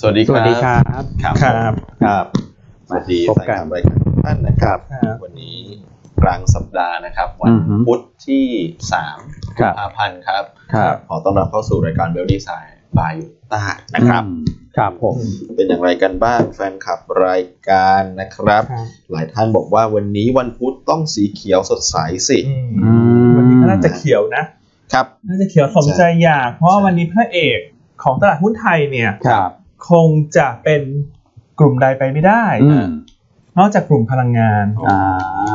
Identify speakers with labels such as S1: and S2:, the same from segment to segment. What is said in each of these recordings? S1: สวัสดี
S2: ส
S1: ครับ
S2: วัสดีครับ
S1: ครับ
S2: ครับ
S1: ครับสวัสดี
S2: พบ
S1: สาย
S2: กัน
S1: ข่าวรายการทุกท่านนะครับ
S2: ครับ
S1: วันนี้กลางสัปดาห์นะครับ วั
S2: อื
S1: น
S2: อฮึ
S1: พุธที่3
S2: ครับ
S1: อาพันธ์ครับ
S2: ครับ
S1: ขอต้อนรับเข้าสู่รายการเบลดี้สายบายตานะครับ
S2: อืมครับผม
S1: เป็นอย่างไรกันบ้างแฟนคลับรายการนะครับ หลายท่านบอกว่าวันนี้วันพุธต้องสีเขียวสดใสสิ
S3: อืมวันนี้ก็น่าจะเขียวนะ
S1: ครับ
S3: น่าจะเขียวสมใจอยาก เพราะว่าวันนี้พระเอกของตลาดหุ้นไทยเนี่ย
S2: ครับ
S3: คงจะเป็นกลุ่มใดไปไม่ได้
S2: อืม
S3: นอกจากกลุ่มพลังงาน
S2: อ่า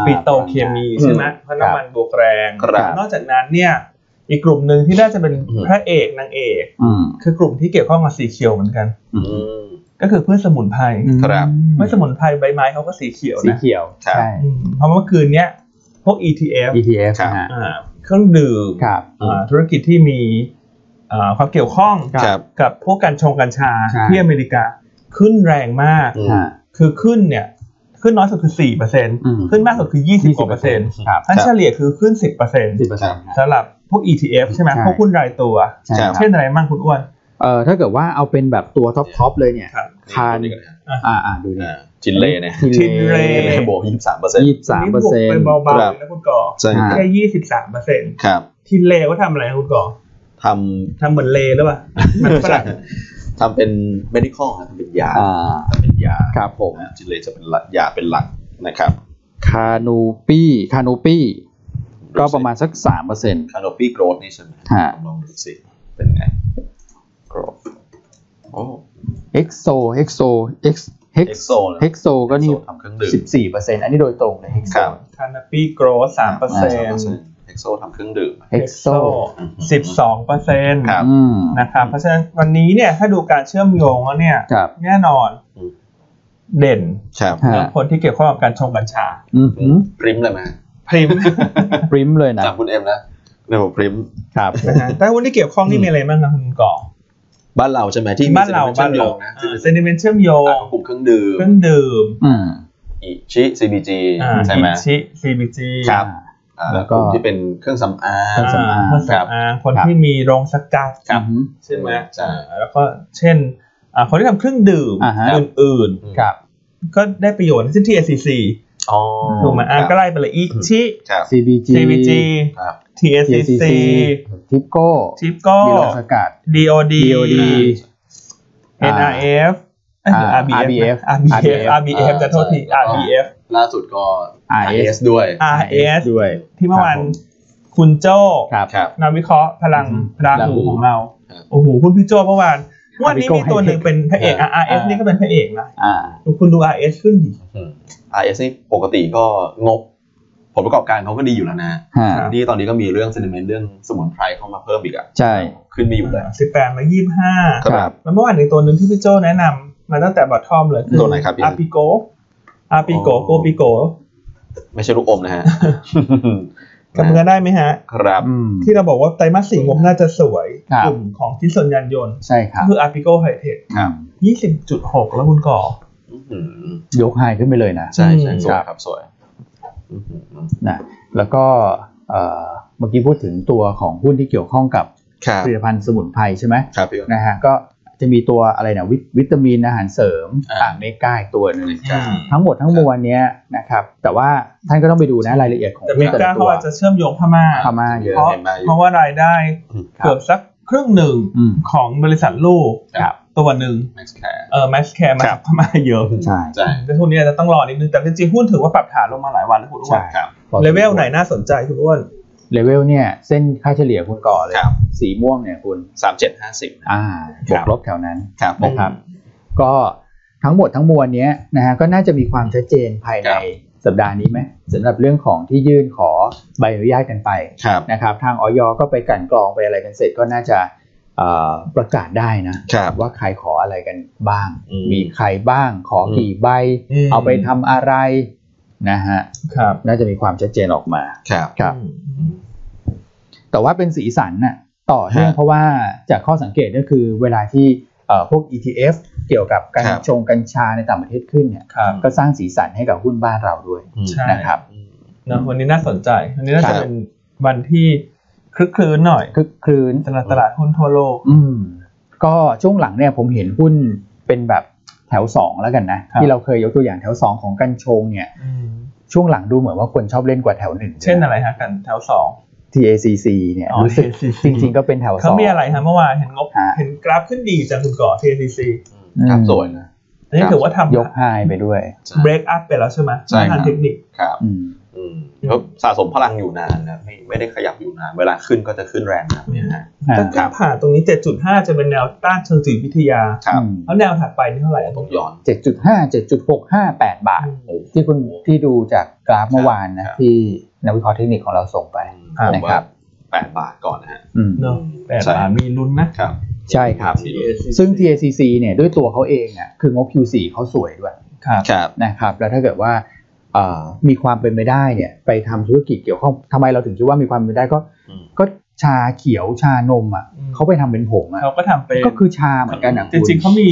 S3: ปิโตรเคมีใช่ไหมเพราะน้ำมันบวกแรง
S1: ครับ
S3: นอกจากนั้นเนี่ย อีกกลุ่มหนึ่งที่น่าจะเป็น
S1: อืม
S3: พระเอกนางเอก
S2: อืม
S3: คือกลุ่มที่เกี่ยวข้องกับสีเขียวเหมือนกัน
S2: อื
S1: อื
S2: ม
S1: ม
S3: ก็คือพืชสมุนไพร
S1: ครับ
S3: พืชสมุนไพรใบไม้เขาก็สีเขียว
S2: สี
S3: นะ
S2: เขียว
S1: ครับ
S2: ใช่
S3: อืมเพราะเมื่อคืนเนี้ยพวก ETF
S2: ETF
S1: ครับ
S2: นะฮะ
S3: อ่าเครื่องดื่ม
S2: ครับ
S3: อ่าธุรกิจที่มีอ่าความเกี่ยวข้อง
S1: ครับ
S3: กับพวกการชงกัญชา
S2: ใช่
S3: ที่อเมริกาขึ้นแรงมาก
S1: อืม
S2: ฮะ
S3: คือขึ้นเนี่ยขึ้นน้อยสุดคือ4เปอร์เซ็นต์
S2: ม
S3: ขึ้นมากสุดคือ 20กว่าเปอร์เซ็นต์
S2: ครับ
S3: ถ้าเฉลี่ยคือขึ้น 10เปอร์เซ็นต์
S2: สิบเปอร์เซ็นต์
S3: สำหรับพวก ETF ใช่ไหม
S2: ใช่
S3: พวกหุ้นรายตัว
S2: ใช่ครับ
S3: เช่นอะไรบ้างคุณอ้วน
S2: เอ่อถ้าเกิดว่าเอาเป็นแบบตัวท็อปท็อปเลยเนี่ย
S3: ครับ
S2: ทาน
S1: ดูดีกว่ะ
S2: อ่าอ่าดูนี่
S1: อ่าจินเลเนี่ย
S2: ที
S3: ทินเร
S1: จินเลบวกยี่สิบสามเปอร์เซ็นต์
S2: ยี่สิบสามเปอร์เซ็น
S3: ว
S2: ต์
S3: กไปเบา
S1: ครับ
S3: ๆนะคุณก่อ
S1: ใช่ครับ
S3: แค่23เปอร์เซ็นต์
S1: ครับ
S3: ที่เลว่าทำอะไรนะคุณก่อ
S1: ทำ
S3: ทำเหมือนเลหรือเปล่ามันฝ รั่ง
S1: ทำเป็น medical ครับทำเป็นยา
S2: อ่า
S1: ทำเป็นยา
S2: ครับผม
S1: นะจินเลยจะเป็นหลักยาเป็นหลักนะครับ
S2: คานูปี้คานูปี้ก็ประมาณสักสามเปอร์เซ็นต์
S1: canopy growth นี่ใช่ไหม
S2: ฮะ
S1: ลองดูสิ เป็นไง growth โอ้
S2: EXO EXO X Hex
S1: exo นะ
S2: EXO ก็นี่
S1: Exo ทำเครื่องดื่ม
S2: สิบสี่เปอร์เซ็นต์อันนี้โดยตรงเลย
S1: ค
S2: EXO
S1: รับ
S3: คานาปีโกรสสามเปอร์เซ็นต์
S1: 3% exo ทำเครื่องดื่ม
S2: EXO
S3: สิบสองเปอร์เซ็นต์
S1: ครับ
S2: อืม
S3: นะครับ เพราะฉะนั้นวันนี้เนี่ยถ้าดูการเชื่อมโยงแล้วเนี่ย
S2: ครับ
S3: แน่นอน
S1: อืม
S3: เด่น
S1: ครับ
S2: ฮะ
S3: เรื่องคนที่เกี่ยวข้องกับการชงกัญชา
S2: อืมหืม
S1: พริมเลยไหม
S3: พริม
S2: ปริมเลยนะ
S1: จากคุณเอ็มนะเดี๋ยวผมพริม
S2: ครับ
S3: นะฮะแต่วันที่เกี่ยวข้องนี่มีอะไรบ้างนะคุณก่อ
S1: บ้านเราใช่ไหมที่มี
S3: บ้านเรา
S1: ส้
S3: บ้าน
S1: ทงชื่อมโยง
S3: เรา
S1: นะ
S3: เซนิเมนต์เชื่อมโยง
S1: กลุ่มเครื่องดื่ม
S3: เครื่องดื่ม
S2: อืม
S1: อิชิ CBG
S3: อ่า
S1: ใช่ไหม
S3: อิชิ CBG
S1: ครับ อ่า
S2: แล้วก็
S1: กลุ่มที่เป็นเครื่องสำอาง
S2: เค
S3: อ่า
S2: รื่องสำอาง
S3: เครื่องสำอางคนที่มีโรงสกัด
S1: ครับ
S2: อืม
S3: ใช่ไหม
S1: ใช่
S3: อ่าแล้วก็เช่นอ่าคนที่ทำเครื่องดื่ม
S2: อ่าฮะ
S3: อื่น
S2: ครับ
S3: ๆ ก็ได้ประโยชน์เช่น TACC
S1: อ๋อ
S3: ถูกไหมอ่ะ
S1: ครับ
S3: ก็ไล่ไปเลยอิชิ
S1: ครับ
S2: CBG
S3: CVG
S1: ครับ
S3: TSCC
S2: TCC ทิปโก้
S3: ทิปโก้
S2: มีโลสกัด
S3: DOD
S2: DOD อ่า
S3: NRF เอ้ย
S2: อ่า
S3: RBF นะ
S2: RBF
S3: RBF RBF จะโทษที
S1: อ่า
S3: RBF
S1: ล่าสุดก็
S2: RS
S1: RS ด้วย
S3: RS
S2: ด้วย
S3: ที่เมื่อวาน
S2: ครับผม
S3: คุณโจ้
S2: ครับ
S1: ครับ
S3: นักวิเคราะห์พลัง
S2: อืม
S3: รา
S2: ราหู
S3: หูของเรา
S1: ครับ
S3: โอ้โหคุณพี่โจ้เมื่อวานวันนี้
S2: Abigo
S3: มีตัวหนึ่งเป็นพระเอกอ่ะ RS
S2: อ่า
S3: นี่ก็เป็นพระเอกนะ
S2: อ่า
S3: คุณดู RS ขึ้นดิ
S1: อืม RS นี่ปกติก็งบ ผลประกอบการเขาก็ดีอยู่แล้วนะ
S2: ฮะ
S3: ครับ
S1: นี่ตอนนี้ก็มีเรื่องเซนิเมนต์เรื่องสมุนไพรเข้ามาเพิ่มอีกอ่ะ
S2: ใช่
S1: ขึ้นไม่อยู่เลย
S3: สิบแปดมายี่สิบห้า
S1: ครับ
S3: แล้วเมื่อวานในตัวหนึ่งที่พี่โจ้แนะนำมาตั้งแต่บอททอมเลย
S1: ตัวไหนครับพี่
S3: อาปิโกอาปิโกโกปิโก
S1: ไม่ใช่ลูกอมนะฮะ
S3: จำ กันได้ไหมฮะ
S1: ครับ
S2: อืม
S3: ที่เราบอกว่าไตรมาสสี่งบน่าจะสวย
S2: ครับ
S3: กลุ่มของชิ้นส่วนยานยนต์
S2: ใช่ครั
S3: ก็
S2: บ
S3: คือ Arpico High Tech
S2: ครับ
S3: 20.6 แล้วคุณก่อ
S1: อืม
S2: ยกไฮขึ้นไปเลยนะ
S1: ใช่ใช่
S2: อืม
S1: สวยครับสวยอืม
S2: นะแล้วก็เอ่อเมื่อกี้พูดถึงตัวของหุ้นที่เกี่ยวข้องกับ
S1: ครับ
S2: ผลิตภัณฑ์สมุนไพรใช่ไหม
S1: ครับพี่
S2: นะฮะก็จะมีตัวอะไรนะวิตวิตามินอาหารเสริม
S1: อ่า
S2: ต่างเมกาอีกตัวหนึง
S1: ครับ
S2: ทั้งหมดทั้งมวลเนี้ยนะครับแต่ว่าท่านก็ต้องไปดูนะรายละเอียดของ
S3: แต่เม
S2: หุ้นแต่
S3: กา
S2: ละตั
S3: เขา
S2: ว
S3: อาจจะเชื่อมโยงพม่า
S2: พม่าเยอะ
S3: เพราะ
S1: เห็นมาอยู่
S3: เพราะว่ารายได้
S2: ครับ
S3: เกือบสักครึ่งหนึ่ง
S2: อืม
S3: ของบริษัทลูก
S1: ครับ
S3: ตัวหนึ่ง
S1: Max c a r
S3: เออแมสแคร์มา
S1: ครั
S3: จา
S1: บ
S3: กพม่าเยอะ
S2: ใช่
S1: ใช่
S3: แต่ทุนนี้อาจจะต้องรอนิดนึง แต่จริงๆหุ้นถือว่าปรับฐานลงมาหลายวันแล้วคุณอ้ว
S2: ใช่
S3: น
S1: ครับ
S2: พอสมควร
S3: เลเวลไหนน่าสนใจคุณอ้วน
S2: เลเวลเนี่ยเส้นค่าเฉลี่ยคุณก่อเลย
S1: ครับ
S2: สีม่วงเนี่ยคุณ
S1: สามเจ็ดห้าสิบ
S2: อ่า
S1: ครับบ
S2: วกลบแถวนั้น
S1: ครับผม
S2: นะครับ ก็ทั้งหมดทั้งมวลเนี้ยนะฮะก็น่าจะมีความชัดเจนภาย
S1: ค
S2: ใน
S1: รับ
S2: สัปดาห์นี้ไหมสำหรับเรื่องของที่ยื่นขอใบอนุญาตกันไป
S1: ครับ
S2: นะครับทางออยก็ไปกลันกรองไปอะไรกันเสร็จก็น่าจะเอ่อประกาศได้นะ
S1: ครับ
S2: ว่าใครขออะไรกันบ้าง
S1: อืม
S2: มีใครบ้าง ขอกี่ใบ
S1: อืม
S2: เอาไปทำอะไรนะฮะ
S3: ครับ
S2: น่าจะมีความชัดเจนออกมา
S1: ครับ
S2: ครับ แต่ว่าเป็นสีสันน่ะ ต่อเนื่อง
S1: ฮะ
S2: เพราะว่าจากข้อสังเกตก็คือเวลาที่เอ่อพวก ETF เกี่ยวกับการ
S1: ครับ
S2: ชงกัญชาในต่างประเทศขึ้นเนี่ย
S3: ครับ
S2: ก็สร้างสีสันให้กับหุ้นบ้านเราด้วย
S1: อืม
S3: ใช่
S2: นะครับ
S3: เนอะวันนี้น่าสนใจ วันนี้น่า
S1: ครั
S3: จะ
S1: บ
S3: เป็นวันที่คลึกคลื้นหน่อย
S2: คึกครื้น
S3: สำหรับตลาดหุ้นทั่วโลก
S2: อืม ก็ช่วงหลังเนี่ยผมเห็นหุ้น เป็นแบบแถว 2 แล้วกันนะ
S3: ครับ
S2: ที่เราเคยยกตัวอย่างแถว 2 ของกันชงเนี่ยช่วงหลังดูเหมือนว่าคนชอบเล่นกว่าแถวหนึ่ง
S3: เช่นอะไรฮะกันแถวสอง
S2: TACC เนี่ย
S3: อ๋อ
S2: รู้สึก
S3: TACC
S2: จริง ๆ ก็เป็นแถวส
S3: เขา
S2: อง
S3: มีอะไรฮะเมื่อวานเห็นงบ
S2: ฮะ
S3: เห็นกราฟขึ้นดีจากคุณก่อ TCC
S2: อืม
S1: ครับสวยนะ
S3: อันนี้
S1: ครับ
S3: ถือว่าทำ
S2: ยกไฮไปด้วย
S3: break up ไปแล้วใช่ไหม
S1: ใช่ครับ
S3: ทางเทคนิค
S1: ครับ
S2: อืม
S1: อืมก็สะสมพลังอยู่นานนะไม่ไม่ได้ขยับอยู่นาน เวลาขึ้นก็จะขึ้นแรงนะเนี่ยฮะ
S2: อ่า
S3: ถ้าขึ้นผ่านตรงนี้ 7.5 จะเป็นแนวต้านเชิงจิตวิทยา
S1: ครับ
S3: แล้วแนวถัดไปนี่เท่าไหร่อะต
S1: ต้
S3: ร
S1: อง งย้อน
S2: เจ็ดจุดห้าเจ็ดจุดหกห้าแปดบาท
S1: โอ้โห
S2: ที่คุณที่ดูจากกราฟเมื่อวานนะครับ ที่นักวิเคราะห์เทคนิคของเราส่งไป
S1: ผม
S2: ครั
S1: ว่า
S2: บ
S1: แปดบาทก่อนนะฮะ
S2: อืม
S3: เนาะแต่
S1: ใช่
S3: ว่ามีลุ้นนะครับ
S2: ใช่ครับ
S1: มี
S3: TACC
S2: ซึ่ง TACC เนี่ยด้วยตัวเขาเองอ่ะคืองบ Q4 เขาสวยด้วย
S3: ครับ
S1: ครับ
S2: นะครับแล้วถ้าเกิดว่าเอ่อมีความเป็นไปได้เนี่ยไปทำธุรกิจเกี่ยวข้องทำไมเราถึงคิดว่ามีความเป็นไปได้ก็
S1: อืม
S2: ก็ชาเขียวชานมอ่ะเขาไปทำเป็นผงอ่ะ
S3: เขาก็ทำเป็น
S2: ก็คือชาเหมือนกันอ่ะ
S3: จริงๆเขามี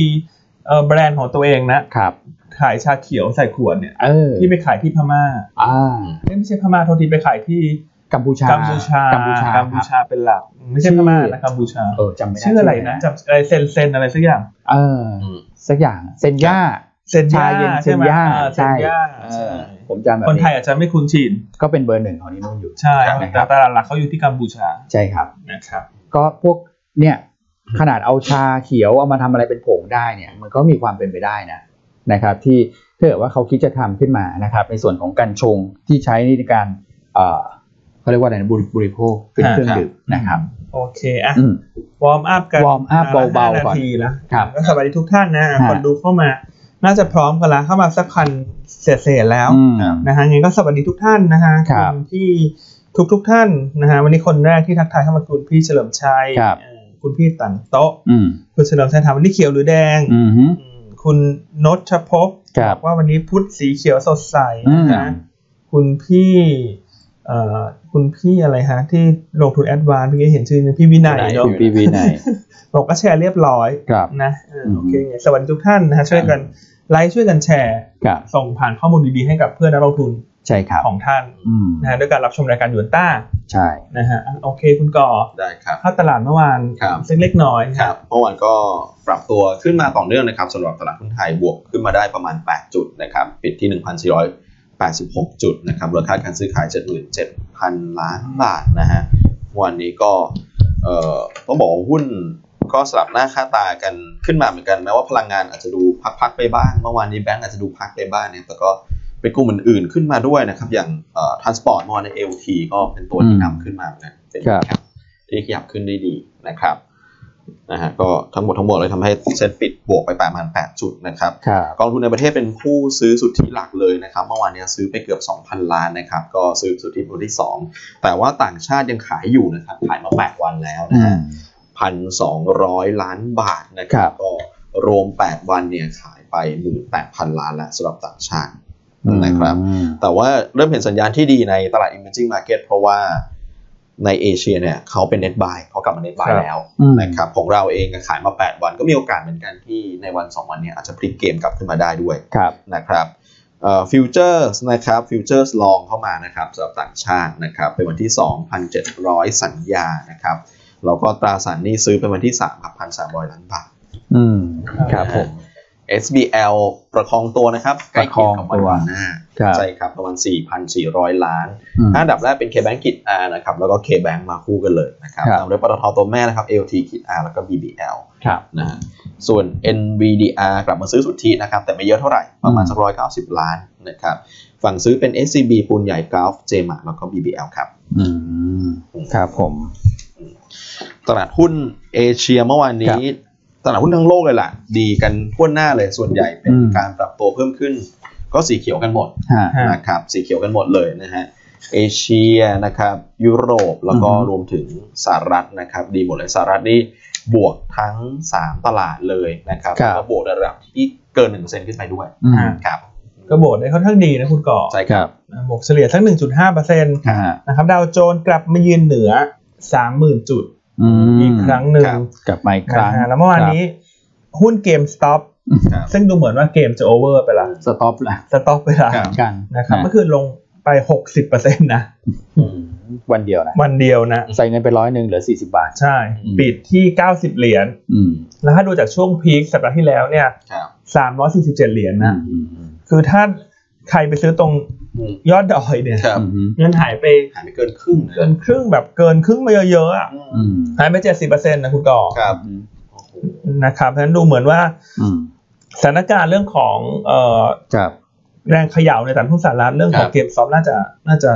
S3: เอ่อแบรนด์ของตัวเองนะ
S2: ครับ
S3: ขายชาเขียวใส่ขวดเนี่ย
S2: เออ
S3: ที่ไปขายที่พม่า
S2: อ่า
S3: เอ้ยไม่ใช่พม่าโทษทีไปขายที่
S2: กัมพูชา
S3: กัมพูชา
S2: กั
S3: กั
S2: มพูชา
S3: กัม
S2: ค
S3: พู
S2: รับ
S3: ชาเป็นหลัก ไม่ใช่พม่านะกัมพูชา
S2: เออจำไม่ได้
S3: ชื่ออะไรนะจำอะไรเซนเซนอะไรสักอย่าง
S2: เออ
S1: อืม
S2: สักอย่างเซนย่า
S3: เซนย่า
S2: ชาเย็น
S3: ใช่ไหม
S2: เซนย่า
S3: อ่เซนย่า
S2: ใช่
S3: ใช่
S2: ผมจำแบบ
S3: คนไทยอาจจะไม่คุ้นชิน
S2: ก็เป็นเบอร์หนึ่งของนิโนอยู่
S3: ใช่
S2: ครับ
S3: แต่ตลาดหลักเขาอยู่ที่กัมพูชา
S2: ใช่ครับ
S3: นะครับ
S2: ก็พวกเนี่ยขนาดเอาชาเขียวเอามาทำอะไรเป็นผงได้เนี่ยมันก็มีความเป็นไปได้นะนะครับที่ถ้าเกิดว่าเขาคิดจะทำขึ้นมานะครับในส่วนของการชงที่ใช้ในการเอ่อเขาเรียกว่าอะไรนะบริบริโภคเป็นเครื่องดื่มนะครับ
S3: โอเคอ่ะ
S2: อืม
S3: วอร์มอัพกัน
S2: warm up
S3: ประมณ
S2: เบาๆ
S3: ห้
S2: ก่อน
S3: ทีละ
S2: ครับ
S3: ก็สวัสดีทุกท่านนะ
S2: ฮะ
S3: คนดูเข้ามา น่าจะพร้อมกันแล้วเข้ามาสักพันเศษๆแล้ว
S2: อืม
S3: นะฮะงั้นก็สวัสดีทุกท่านนะฮะ
S2: ครับ
S3: นที่ทุกทุกๆท่านนะฮะวันนี้คนแรกที่ทักทายเข้ามาคุณพี่เฉลิมชัย
S2: ครับ
S3: เอ่อคุณพี่ตันโต๊ะ
S2: อืม
S3: คุณเฉลิมชัยถามวันนี้เขียวหรือแดง
S2: อืมฮึ
S3: อืมคุณนชภพ
S2: ครับ
S3: ว่าวันนี้พุธสีเขียวสดใสนะ
S2: อืม
S3: คุณพี่เอ่อคุณพี่อะไรฮะ ที่ลงทุนแอดวานซ์เมื่อกี้เห็นชื่อนะพี่วินัยเนาะ
S2: คุณปีวีไหน
S3: บอกก็แชร์เรียบร้อย
S2: ครับ
S3: นะเออ
S2: อืม
S3: โอเคไงสวัสดีทุกท่านนะฮะช่วยกันไลค์ช่วยกันแชร์
S2: ครับ
S3: ส่งผ่านข้อมูลดีๆให้กับเพื่อนนักลงทุน
S2: ใช่ครับ
S3: ของท่าน
S2: อืม
S3: นะฮะด้วยการรับชมรายการหยวนต้า
S2: ใช่
S3: นะฮะอ่ะโอเคคุณก่อ
S1: ได้ครับ
S3: เข้าตลาดเมื่อวาน
S1: ครับ
S3: สักเล็กน้อย
S1: ครับเมื่อวานก็ปรับตัวขึ้นมาต่อเนื่องนะครับสำหรับตลาดหุ้นไทยบวกขึ้นมาได้ประมาณ 8 จุดนะครับปิดที่ 1,486 จุดนะครับมูลค่าการซื้อขาย 77,000 ล้านบาทนะฮะวันนี้ก็เอ่อต้องบอกว่าหุ้นก็สลับหน้าค่าตากันขึ้นมาเหมือนกันแม้ว่าพลังงานอาจจะดูพักๆไปบ้างเมื่อวานนี้แบงก์อาจจะดูพักไปบ้างเนี่ยแต่ก็เป็นกลุ่มอื่นๆขึ้นมาด้วยนะครับอย่างเอ่อทรานสปอร์ตมอใน AOT ก็เป็นตัวที่นำขึ้นมาเหมือนกันเป็นแคปที่ขยับขึ้นได้ดีนะครับ นะฮะก็ทั้งหมดทั้งมวลเลยทำให้เซ็ตปิดบวกไปประมาณ8จุดนะครับ
S2: ครับ
S1: กองทุนในประเทศเป็นผู้ซื้อสุทธิหลักเลยนะครับเมื่อวานเนี้ยซื้อไปเกือบ 2,000 ล้านนะครับก็ซื้อสุทธิตัวที่ 2 แต่ว่าต่างชาติยังขายอยู่นะครับขายมา 8 วันแล้ว
S2: อื
S1: นะฮะ
S2: ม
S1: พันสองร้อยล้านบาทนะค
S2: ครั
S1: รับบ ก็รวม 8 วันเนี่ยขายไป 18,000 ล้านแล้วสำหรับต่างชาตินะครับ
S2: อืม
S1: แต่ว่าเริ่มเห็นสัญญาณที่ดีในตลาด emerging market เพราะว่าในเอเชียเนี่ยเขาเป็น net buy เขากลับมา net buy
S3: ครับ
S1: แล้ว
S2: อืม
S1: นะครับของเราเองก็ขายมา 8 วันก็มีโอกาสเหมือนกันที่ในวัน 2 วันเนี้อาจจะพลิกเกมกลับขึ้นมาได้ด้วย
S2: ครับ
S1: นะครับฟิวเจอร์สนะครับฟิวเจอร์สลองเข้ามานะครับสำหรับต่างชาตินะครับเป็นวันที่ 2,700 สัญญานะครับแล้วก็ตราสารหนี้ซื้อเป็นวันที่3ครับ1,300 ล้านบาท
S2: อืมครับผม
S1: SBL ประคองตัวนะครับใกล้เคียงกับวัน
S2: ประคองตัว
S1: ก่อนหน้า
S2: ครับ
S1: ใช่ครับ ประมาณ 4,400 ล้าน
S2: อืม
S1: ห้าอันดับแรกเป็น KBank กิจ R นะครับ แล้วก็ KBank มาคู่กันเลยนะครับ
S2: ครับ
S1: ตามด้วยปตทตัวแม่นะครับ AOT กิจ R แล้วก็ BBL
S2: ครับ
S1: นะฮะส่วน NVDR กลับมาซื้อสุทธินะครับ แต่ไม่เยอะเท่าไหร่ ประมาณสักร้อยเก้าสิบล้านนะครับ ฝั่งซื้อเป็น SCB ปูนใหญ่กราฟเจมาแล้วก็ BBL ครับ
S2: อืมครับผม
S1: ตลาดหุ้นเอเชียเมื่อวาน
S2: ครั
S1: นี้
S2: บ
S1: ตลาดหุ้นทั้งโลกเลยล่ะ ดีกันทั่วหน้าเลยส่วนใหญ่เป็น
S2: อืม
S1: การปรับตัวเพิ่มขึ้น ก็สีเขียวกันหมด
S2: ฮะ
S3: ฮะ
S1: นะครับสีเขียวกันหมดเลยนะฮะเอเชียนะครับยุโรปแล้วก็
S2: อือฮึ
S1: รวมถึงสหรัฐนะครับดีหมดเลยสหรัฐนี่บวกทั้ง 3 ตลาดเลยนะครับ
S2: ครั
S1: แล้
S2: บ
S1: วก็บวกในระดับที่เกิน1%ขึ้นไปด้วย
S2: อืม
S3: อ่า
S1: ครับ
S3: กระโบดได้ค่อนข้างดีนะคุณก่อ
S1: ใช่ครับ
S2: ครับ
S3: บวกเฉลี่ยสัก1.5%น
S2: ฮะ
S3: ะครับดาวโจนส์กลับมายืนเหนือ 30,000 จุด
S2: อืม
S3: อีกครั้งหนึ่ง
S1: ครับ
S2: กลับมาอีกครั้ง
S3: นะฮะแล้วเมื่อวานนี้หุ้นเกมสต็อป
S1: ครับ
S3: ซึ่งดูเหมือนว่าเกมจะโอเวอร์ไปละ
S2: สต็อปละ
S3: สต็อปไปละ
S1: ครับ
S2: กัน
S3: นะครับเมื่อคืนลงไป 60%นะ
S2: อืม วันเดียวนะ
S3: วันเดียวนะ
S2: ใส่เงินไปร้อยหนึ่งเหลือสี่สิบาท
S3: ใช่
S1: อืม
S3: ปิดที่ 90 เหรียญ
S2: อืม
S3: แล้วถ้าดูจากช่วงพีคสัปดาห์ที่แล้วเนี่ย
S1: ครับ
S3: 347 เหรียญ
S2: นะ
S3: นะ คือถ้าใครไปซื้อตรง
S1: อืม
S3: ยอดดอยเนี่ย
S1: ครับ
S3: เงินหายไป
S1: หายไปเกินครึ่งเล
S3: เกิ
S1: ย
S3: นครึ่งแบบเกินครึ่งมาเยอะๆอะ
S1: อื
S2: อื
S1: ม
S2: ม
S3: หายไป 70%นะคุณก่อ
S1: ครับ
S2: อืม
S1: โอ้โห
S3: นะครับเพราะฉะนั้นดูเหมือนว่า
S2: อืม
S3: สถานการณ์เรื่องของเอ่อ
S2: ครับ
S3: แรงเขย่าในตลาดหุ้นสหรัฐเรื่องของเกมซอฟต์น่าจะน่าจะ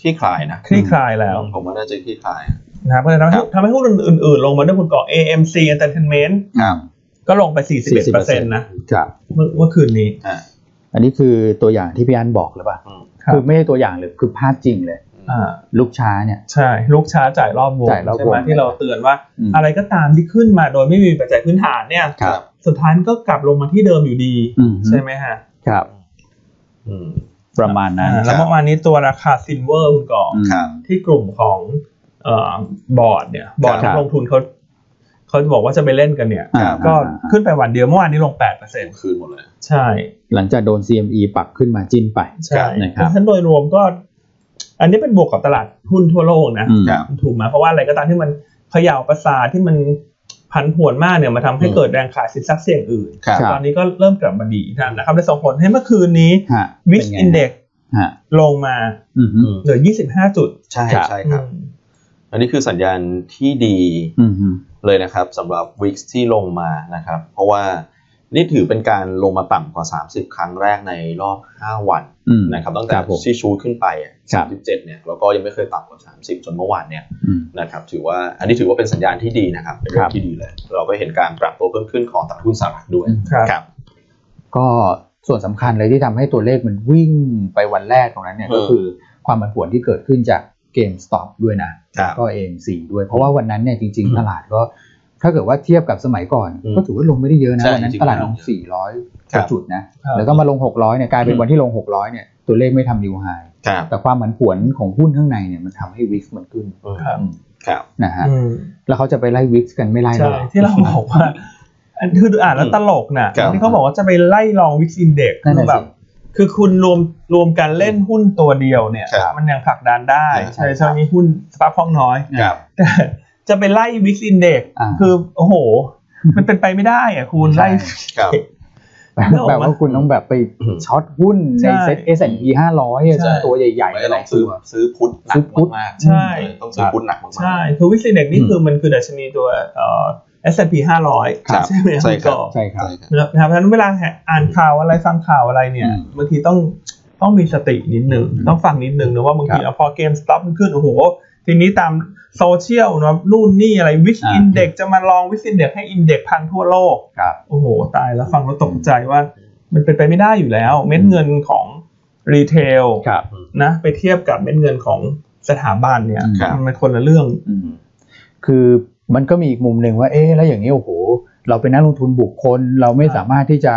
S1: ที่คลายนะ
S3: คลี่คลายแล้ว
S1: ผมว่าน่าจะที่คลาย
S3: นะครับเพราะฉะนั้นทำให้ทำให้หุ้นอื่นๆ ลงมาด้วยคุณก่อ AMC Entertainment
S2: ครับ
S3: ก็ลงไป 41%นะ
S2: ครับ
S3: เมื่อเมื่อคืนนี้
S1: อ่า
S2: อันนี้คือตัวอย่างที่พี่อันบอกหรือเปล่า
S1: อืม
S3: ครับ
S2: คือไม่ใช่ตัวอย่างเลยคือภาพจริงเลย
S3: อ่า
S2: ลูกช้าเนี่ย
S3: ใช่ลูกช้าจ่ายรอบวง
S2: จ่ายรอบวง
S3: ใช่ไหมที่เราเตือนว่า
S2: อืม
S3: อะไรก็ตามที่ขึ้นมาโดยไม่มีปัจจัยพื้นฐานเนี่ย
S1: ครับ
S3: สุดท้ายมันก็กลับลงมาที่เดิมอยู่ดี
S2: อืม
S3: ใช่ไหมฮะ
S2: ครับ
S1: อืม
S2: ประมาณนั้น
S3: อ่าแล้วเมื่อวานนี้ตัวราคาซินเวอร์คุณก่ออ
S2: อืม
S1: ครับ
S3: ที่กลุ่มของเอ่อบอร์ดเนี่ยบอร์ด
S2: ครับ
S3: นักลงทุนเขาเขาบอกว่าจะไปเล่นกันเนี่ย
S2: อ่า
S3: ก็
S2: อ่าอ่า
S3: ขึ้นไปวันเดียวเมื่อวานนี้ลง8%เปอร์เซ็น
S1: เต็มคืนหมดเลย
S3: ใช่
S2: หลังจากโดน CME ปรับขึ้นมาจิ้นไป
S3: ใช่
S2: นะค
S3: เพ
S2: รับ
S3: ราะฉะนั้นโดยรวมก็ อันนี้เป็นบวกกับตลาดหุ้นทั่วโลกนะ
S2: อืม
S1: ครับ
S3: ถูกไหมเพราะว่าอะไรก็ตามที่มันเขย่าประสาทที่มันผันผวนมากเนี่ยมาทำให้
S1: อืม
S3: เกิดแรงขายสินทรัพย์เสี่ยงอื่น
S1: ครับ
S2: ครับ
S3: ตอนนี้ก็เริ่มกลับมาดีนะครับได้ส่งผลให้เมื่อคืนนี้
S2: ฮะ
S3: วิก
S2: ป็ไง
S3: อินเด็ก
S2: ฮะ
S3: ลงมา
S2: อืมฮึ
S3: เหลือ 25 จุด
S1: ใช่
S2: ครับ
S1: ใช่ครับ
S3: อืม
S1: อันนี้คือสัญญาณที่ดี
S2: อืมฮึ
S1: เลยนะครับสำหรับ Wix ที่ลงมานะครับ เพราะว่านี่ถือเป็นการลงมาต่ำกว่า 30 ครั้งแรกในรอบ 5 วัน
S2: อืม
S1: นะครับตั้งแต่
S2: ครับผม
S1: ที่ชูขึ้นไปอะ
S2: ครับ
S1: 37เนี่ยแล้วก็ยังไม่เคยต่ำกว่า 30 จนเมื่อวานเนี่ย
S2: อืม
S1: นะครับถือว่าอันนี้ถือว่าเป็นสัญญาณที่ดีนะครับเป็นเรื่อ
S2: ครั
S1: ง
S2: บ
S1: ที่ดีเลย เราก็เห็นการปรับตัวเพิ่มขึ้นของตลาดหุ้นสหรัฐด้วย
S3: ครับ
S1: ครับ
S2: ก็ส่วนสำคัญเลยที่ทำให้ตัวเลขมันวิ่งไปวันแรกตรงนั้นเนี่ย
S1: เออ
S2: ก็คือความผันผวนที่เกิดขึ้นจากเกมสต็อปด้วยนะครับ ก็เองสีด้วย เพราะว่าวันนั้นเนี่ยจริง
S1: อืม
S2: ๆตลาดก็ ถ้าเกิดว่าเทียบกับสมัยก่อน
S1: อืม
S2: ก็ถือว่าลงไม่ได้เยอะนะ
S1: ใช่
S2: วันนั้น
S1: จริงๆ
S2: ตลาดลง
S1: ครับ
S2: 400
S1: ครั
S2: กว่า
S1: บ
S2: จุดนะแล้วก็มาลง 600เนี่ยกลายเป็นวันที่ลง 600เนี่ยตัวเลขไม่ทำนิวไฮ
S1: ครับ
S2: แต่ความผันผวนของหุ้นข้างในเนี่ยมันทำให้วิกมันขึ้น
S3: ครับ
S2: อืม
S1: ครับ
S2: นะฮะ
S3: อืม
S2: แล้วเขาจะไปไล่วิกกันไม่ไล่เล
S3: ใช่
S2: ย
S3: ที่เราบอกว่าอันคืออ่านแล้วตลกนะครับ ที่เขาบอกว่าจะไปไล่ลองวิกอินเด็ก
S2: นั่น
S3: คื
S2: น่ะ
S3: อแบบ
S2: สิ
S3: คือคุณรวมรวมกันเล่นหุ้นตัวเดียวเนี่ย
S1: ครับ
S3: มันยังผลักดันได้
S2: ใช่ครับ
S3: ใช่ใช่วงนี้หุ้นสภาพคล่องน้อย
S1: ครับ
S3: แต่จะไปไล่วิกอินเด็ก
S2: อ่า
S3: คือโอ้โห มันเป็นไปไม่ได้อ่ะคุณ
S2: ใช่
S3: ไล่
S1: ครับ
S2: แบบว่าคุณต้องแบบไปช็อตหุ้นในเซ็ต S&P 500อะ
S3: ใช่
S2: ตัวใหญ่ๆ
S1: ไม่ลองซื้อซื้อพุทธหนักมากๆ
S3: ใช่
S1: ต้องซื้อพุทธหนักมากๆ
S3: ใช่ คือวิกอินเด็กนี่คือมันคือดัชนีตัวเอ่อ S&P 500
S1: ครับ
S3: ใช่ไหม
S1: ใช่ครับ
S3: ณก่อ
S2: ใช่ครับ
S1: ใช่ครับ
S3: นะครับเพราะฉะนั้นเวลาอ่านข่าวอะไรฟังข่าวอะไรเนี่ย
S2: อืม
S3: บางทีต้องต้องมีสตินิดหนึ่ง
S2: อืม
S3: ต้องฟังนิดหนึ่งนะว่าบางที
S2: ครับ
S3: เอาพอเกมสต็อปมันขึ้นโอ้โห ทีนี้ตามโซเชียลนะนู่นนี่อะไรวิก
S2: อ่า
S3: อินเด็กจะมาลองวิกอินเด็กให้อินเด็กพังทั่วโลก
S2: ครับ
S3: โอ้โห ตายแล้วฟังแล้วตกใจว่า มันเป็นไปไม่ได้อยู่แล้ว เม็ดเงินของรีเทล
S2: ครับ
S3: นะไปเทียบกับเม็ดเงินของสถาบันเนี่ย
S1: ครับ
S3: มันคนละเรื่อง
S2: อืมคือมันก็มีอีกมุมหนึ่งว่าเอ๊ะแล้วอย่างนี้โอ้โห เราเป็นนักลงทุนบุคคลเราไม่
S3: ครับ
S2: สามารถที่จะ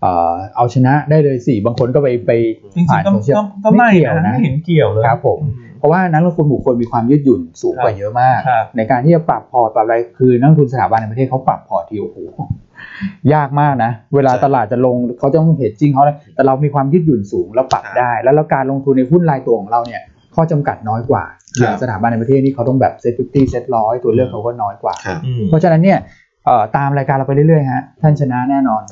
S2: เอ่อเอาชนะได้เลยสิบางคนก็ไปไป
S3: จริง
S2: ผ่าน
S3: ๆก็
S2: โซเชียล
S3: ก็ก็ไม่
S2: เกี่ยว
S3: นะ
S2: นะ
S3: ไม่เห็นเกี่ยวเลย
S2: ครับผม
S3: อื
S2: เพราะว่านักลงทุนบุคคลมีความยืดหยุ่นสูงกว่าเยอะมาก
S3: ครับ
S2: ในการที่จะปรับพอร์ตปรับอะไรคือนักลงทุนสถาบันในประเทศเขาปรับพอร์ตทีโอ้โหยากมากนะ เวลา
S1: ใช่
S2: ตลาดจะลงเขาจะต้องเห็นจริงเขาเลยแต่เรามีความยืดหยุ่นสูงเราปรับได้ แล้วแล้วการลงทุนในหุ้นรายตัวของเราเนี่ยข้อจำกัดน้อยกว่าอย่างสถาบันในประเทศนี่เขาต้องแบบเซ็ตฟิฟตี้เซ็ตร้อยตัวเลือกเขาก็น้อยกว่า
S1: ครับ
S3: อืม
S2: เพราะฉะนั้นเนี่ยเอ่อตามรายการเราไปเรื่อยๆฮะท่านชนะแน่นอน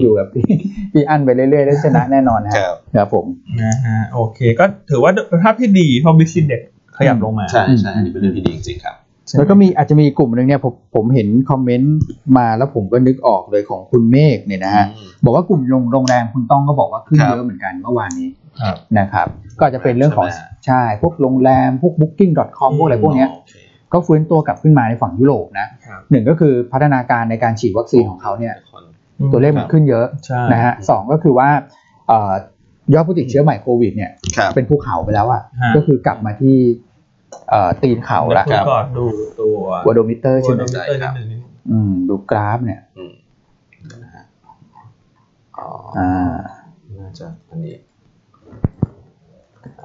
S2: อยู่กับ พี่พี่อั้นไปเรื่อยๆแล้วชนะแน่นอนฮะ
S1: ครับ
S2: ครับผม
S3: นะฮะโอเค ก็ถือว่าภาพที่ดีเพอบิซินเด็กขยับลงมา
S1: ใช่ใช่อันนี้เป็นเรื่องที่ดีจริงๆครับ
S3: ใช่ไห
S2: แล้วก็มีอาจจะมีกลุ่มหนึ่งเนี่ยผมผมเห็นคอมเมนต์มาแล้วผมก็นึกออกเลยของคุณเมฆเนี่ยนะฮะบอกว่ากลุ่มโรงโรงแรมคุณต้องก็บอกว่าขึ้น
S1: ครับ
S2: เยอะเหมือนกันเมื่อวานนี้
S3: ครับ
S2: นะครับ ก็อาจจะเป็นเรื่องของ
S1: ใช่ไหม
S2: ใช่พวกโรงแรมพวก booking.com พวกอะไรพวกเนี้ย
S1: โอเค
S2: ก็ฟื้นตัวกลับขึ้นมาในฝั่งยุโรปนะครับ หนึ่งก็คือพัฒนาการในการฉีดวัคซีนของเขาเนี่ยตัวเลขมันขึ้นเยอะ
S3: ใช่
S2: นะฮะสองก็คือว่าเอ่อยอดผู้ติดเชื้อใหม่โควิดเนี่ย
S1: ครับ
S2: เป็นภูเขาไปแล้วอะ
S3: ฮะ
S2: ก็คือกลับมาที่เอ่อตีนเขาละ
S3: ดี๋ยวคุณก่อนดูตัว
S2: วัดโดมิเตอร์ใช่
S3: ว
S2: ไหม
S3: โดมิเตอร์นิดหนึ่ง
S2: อืมดูกราฟเนี่ย
S1: อืมนะฮะอ๋อ
S2: อ่า
S1: น่าจะอันนี้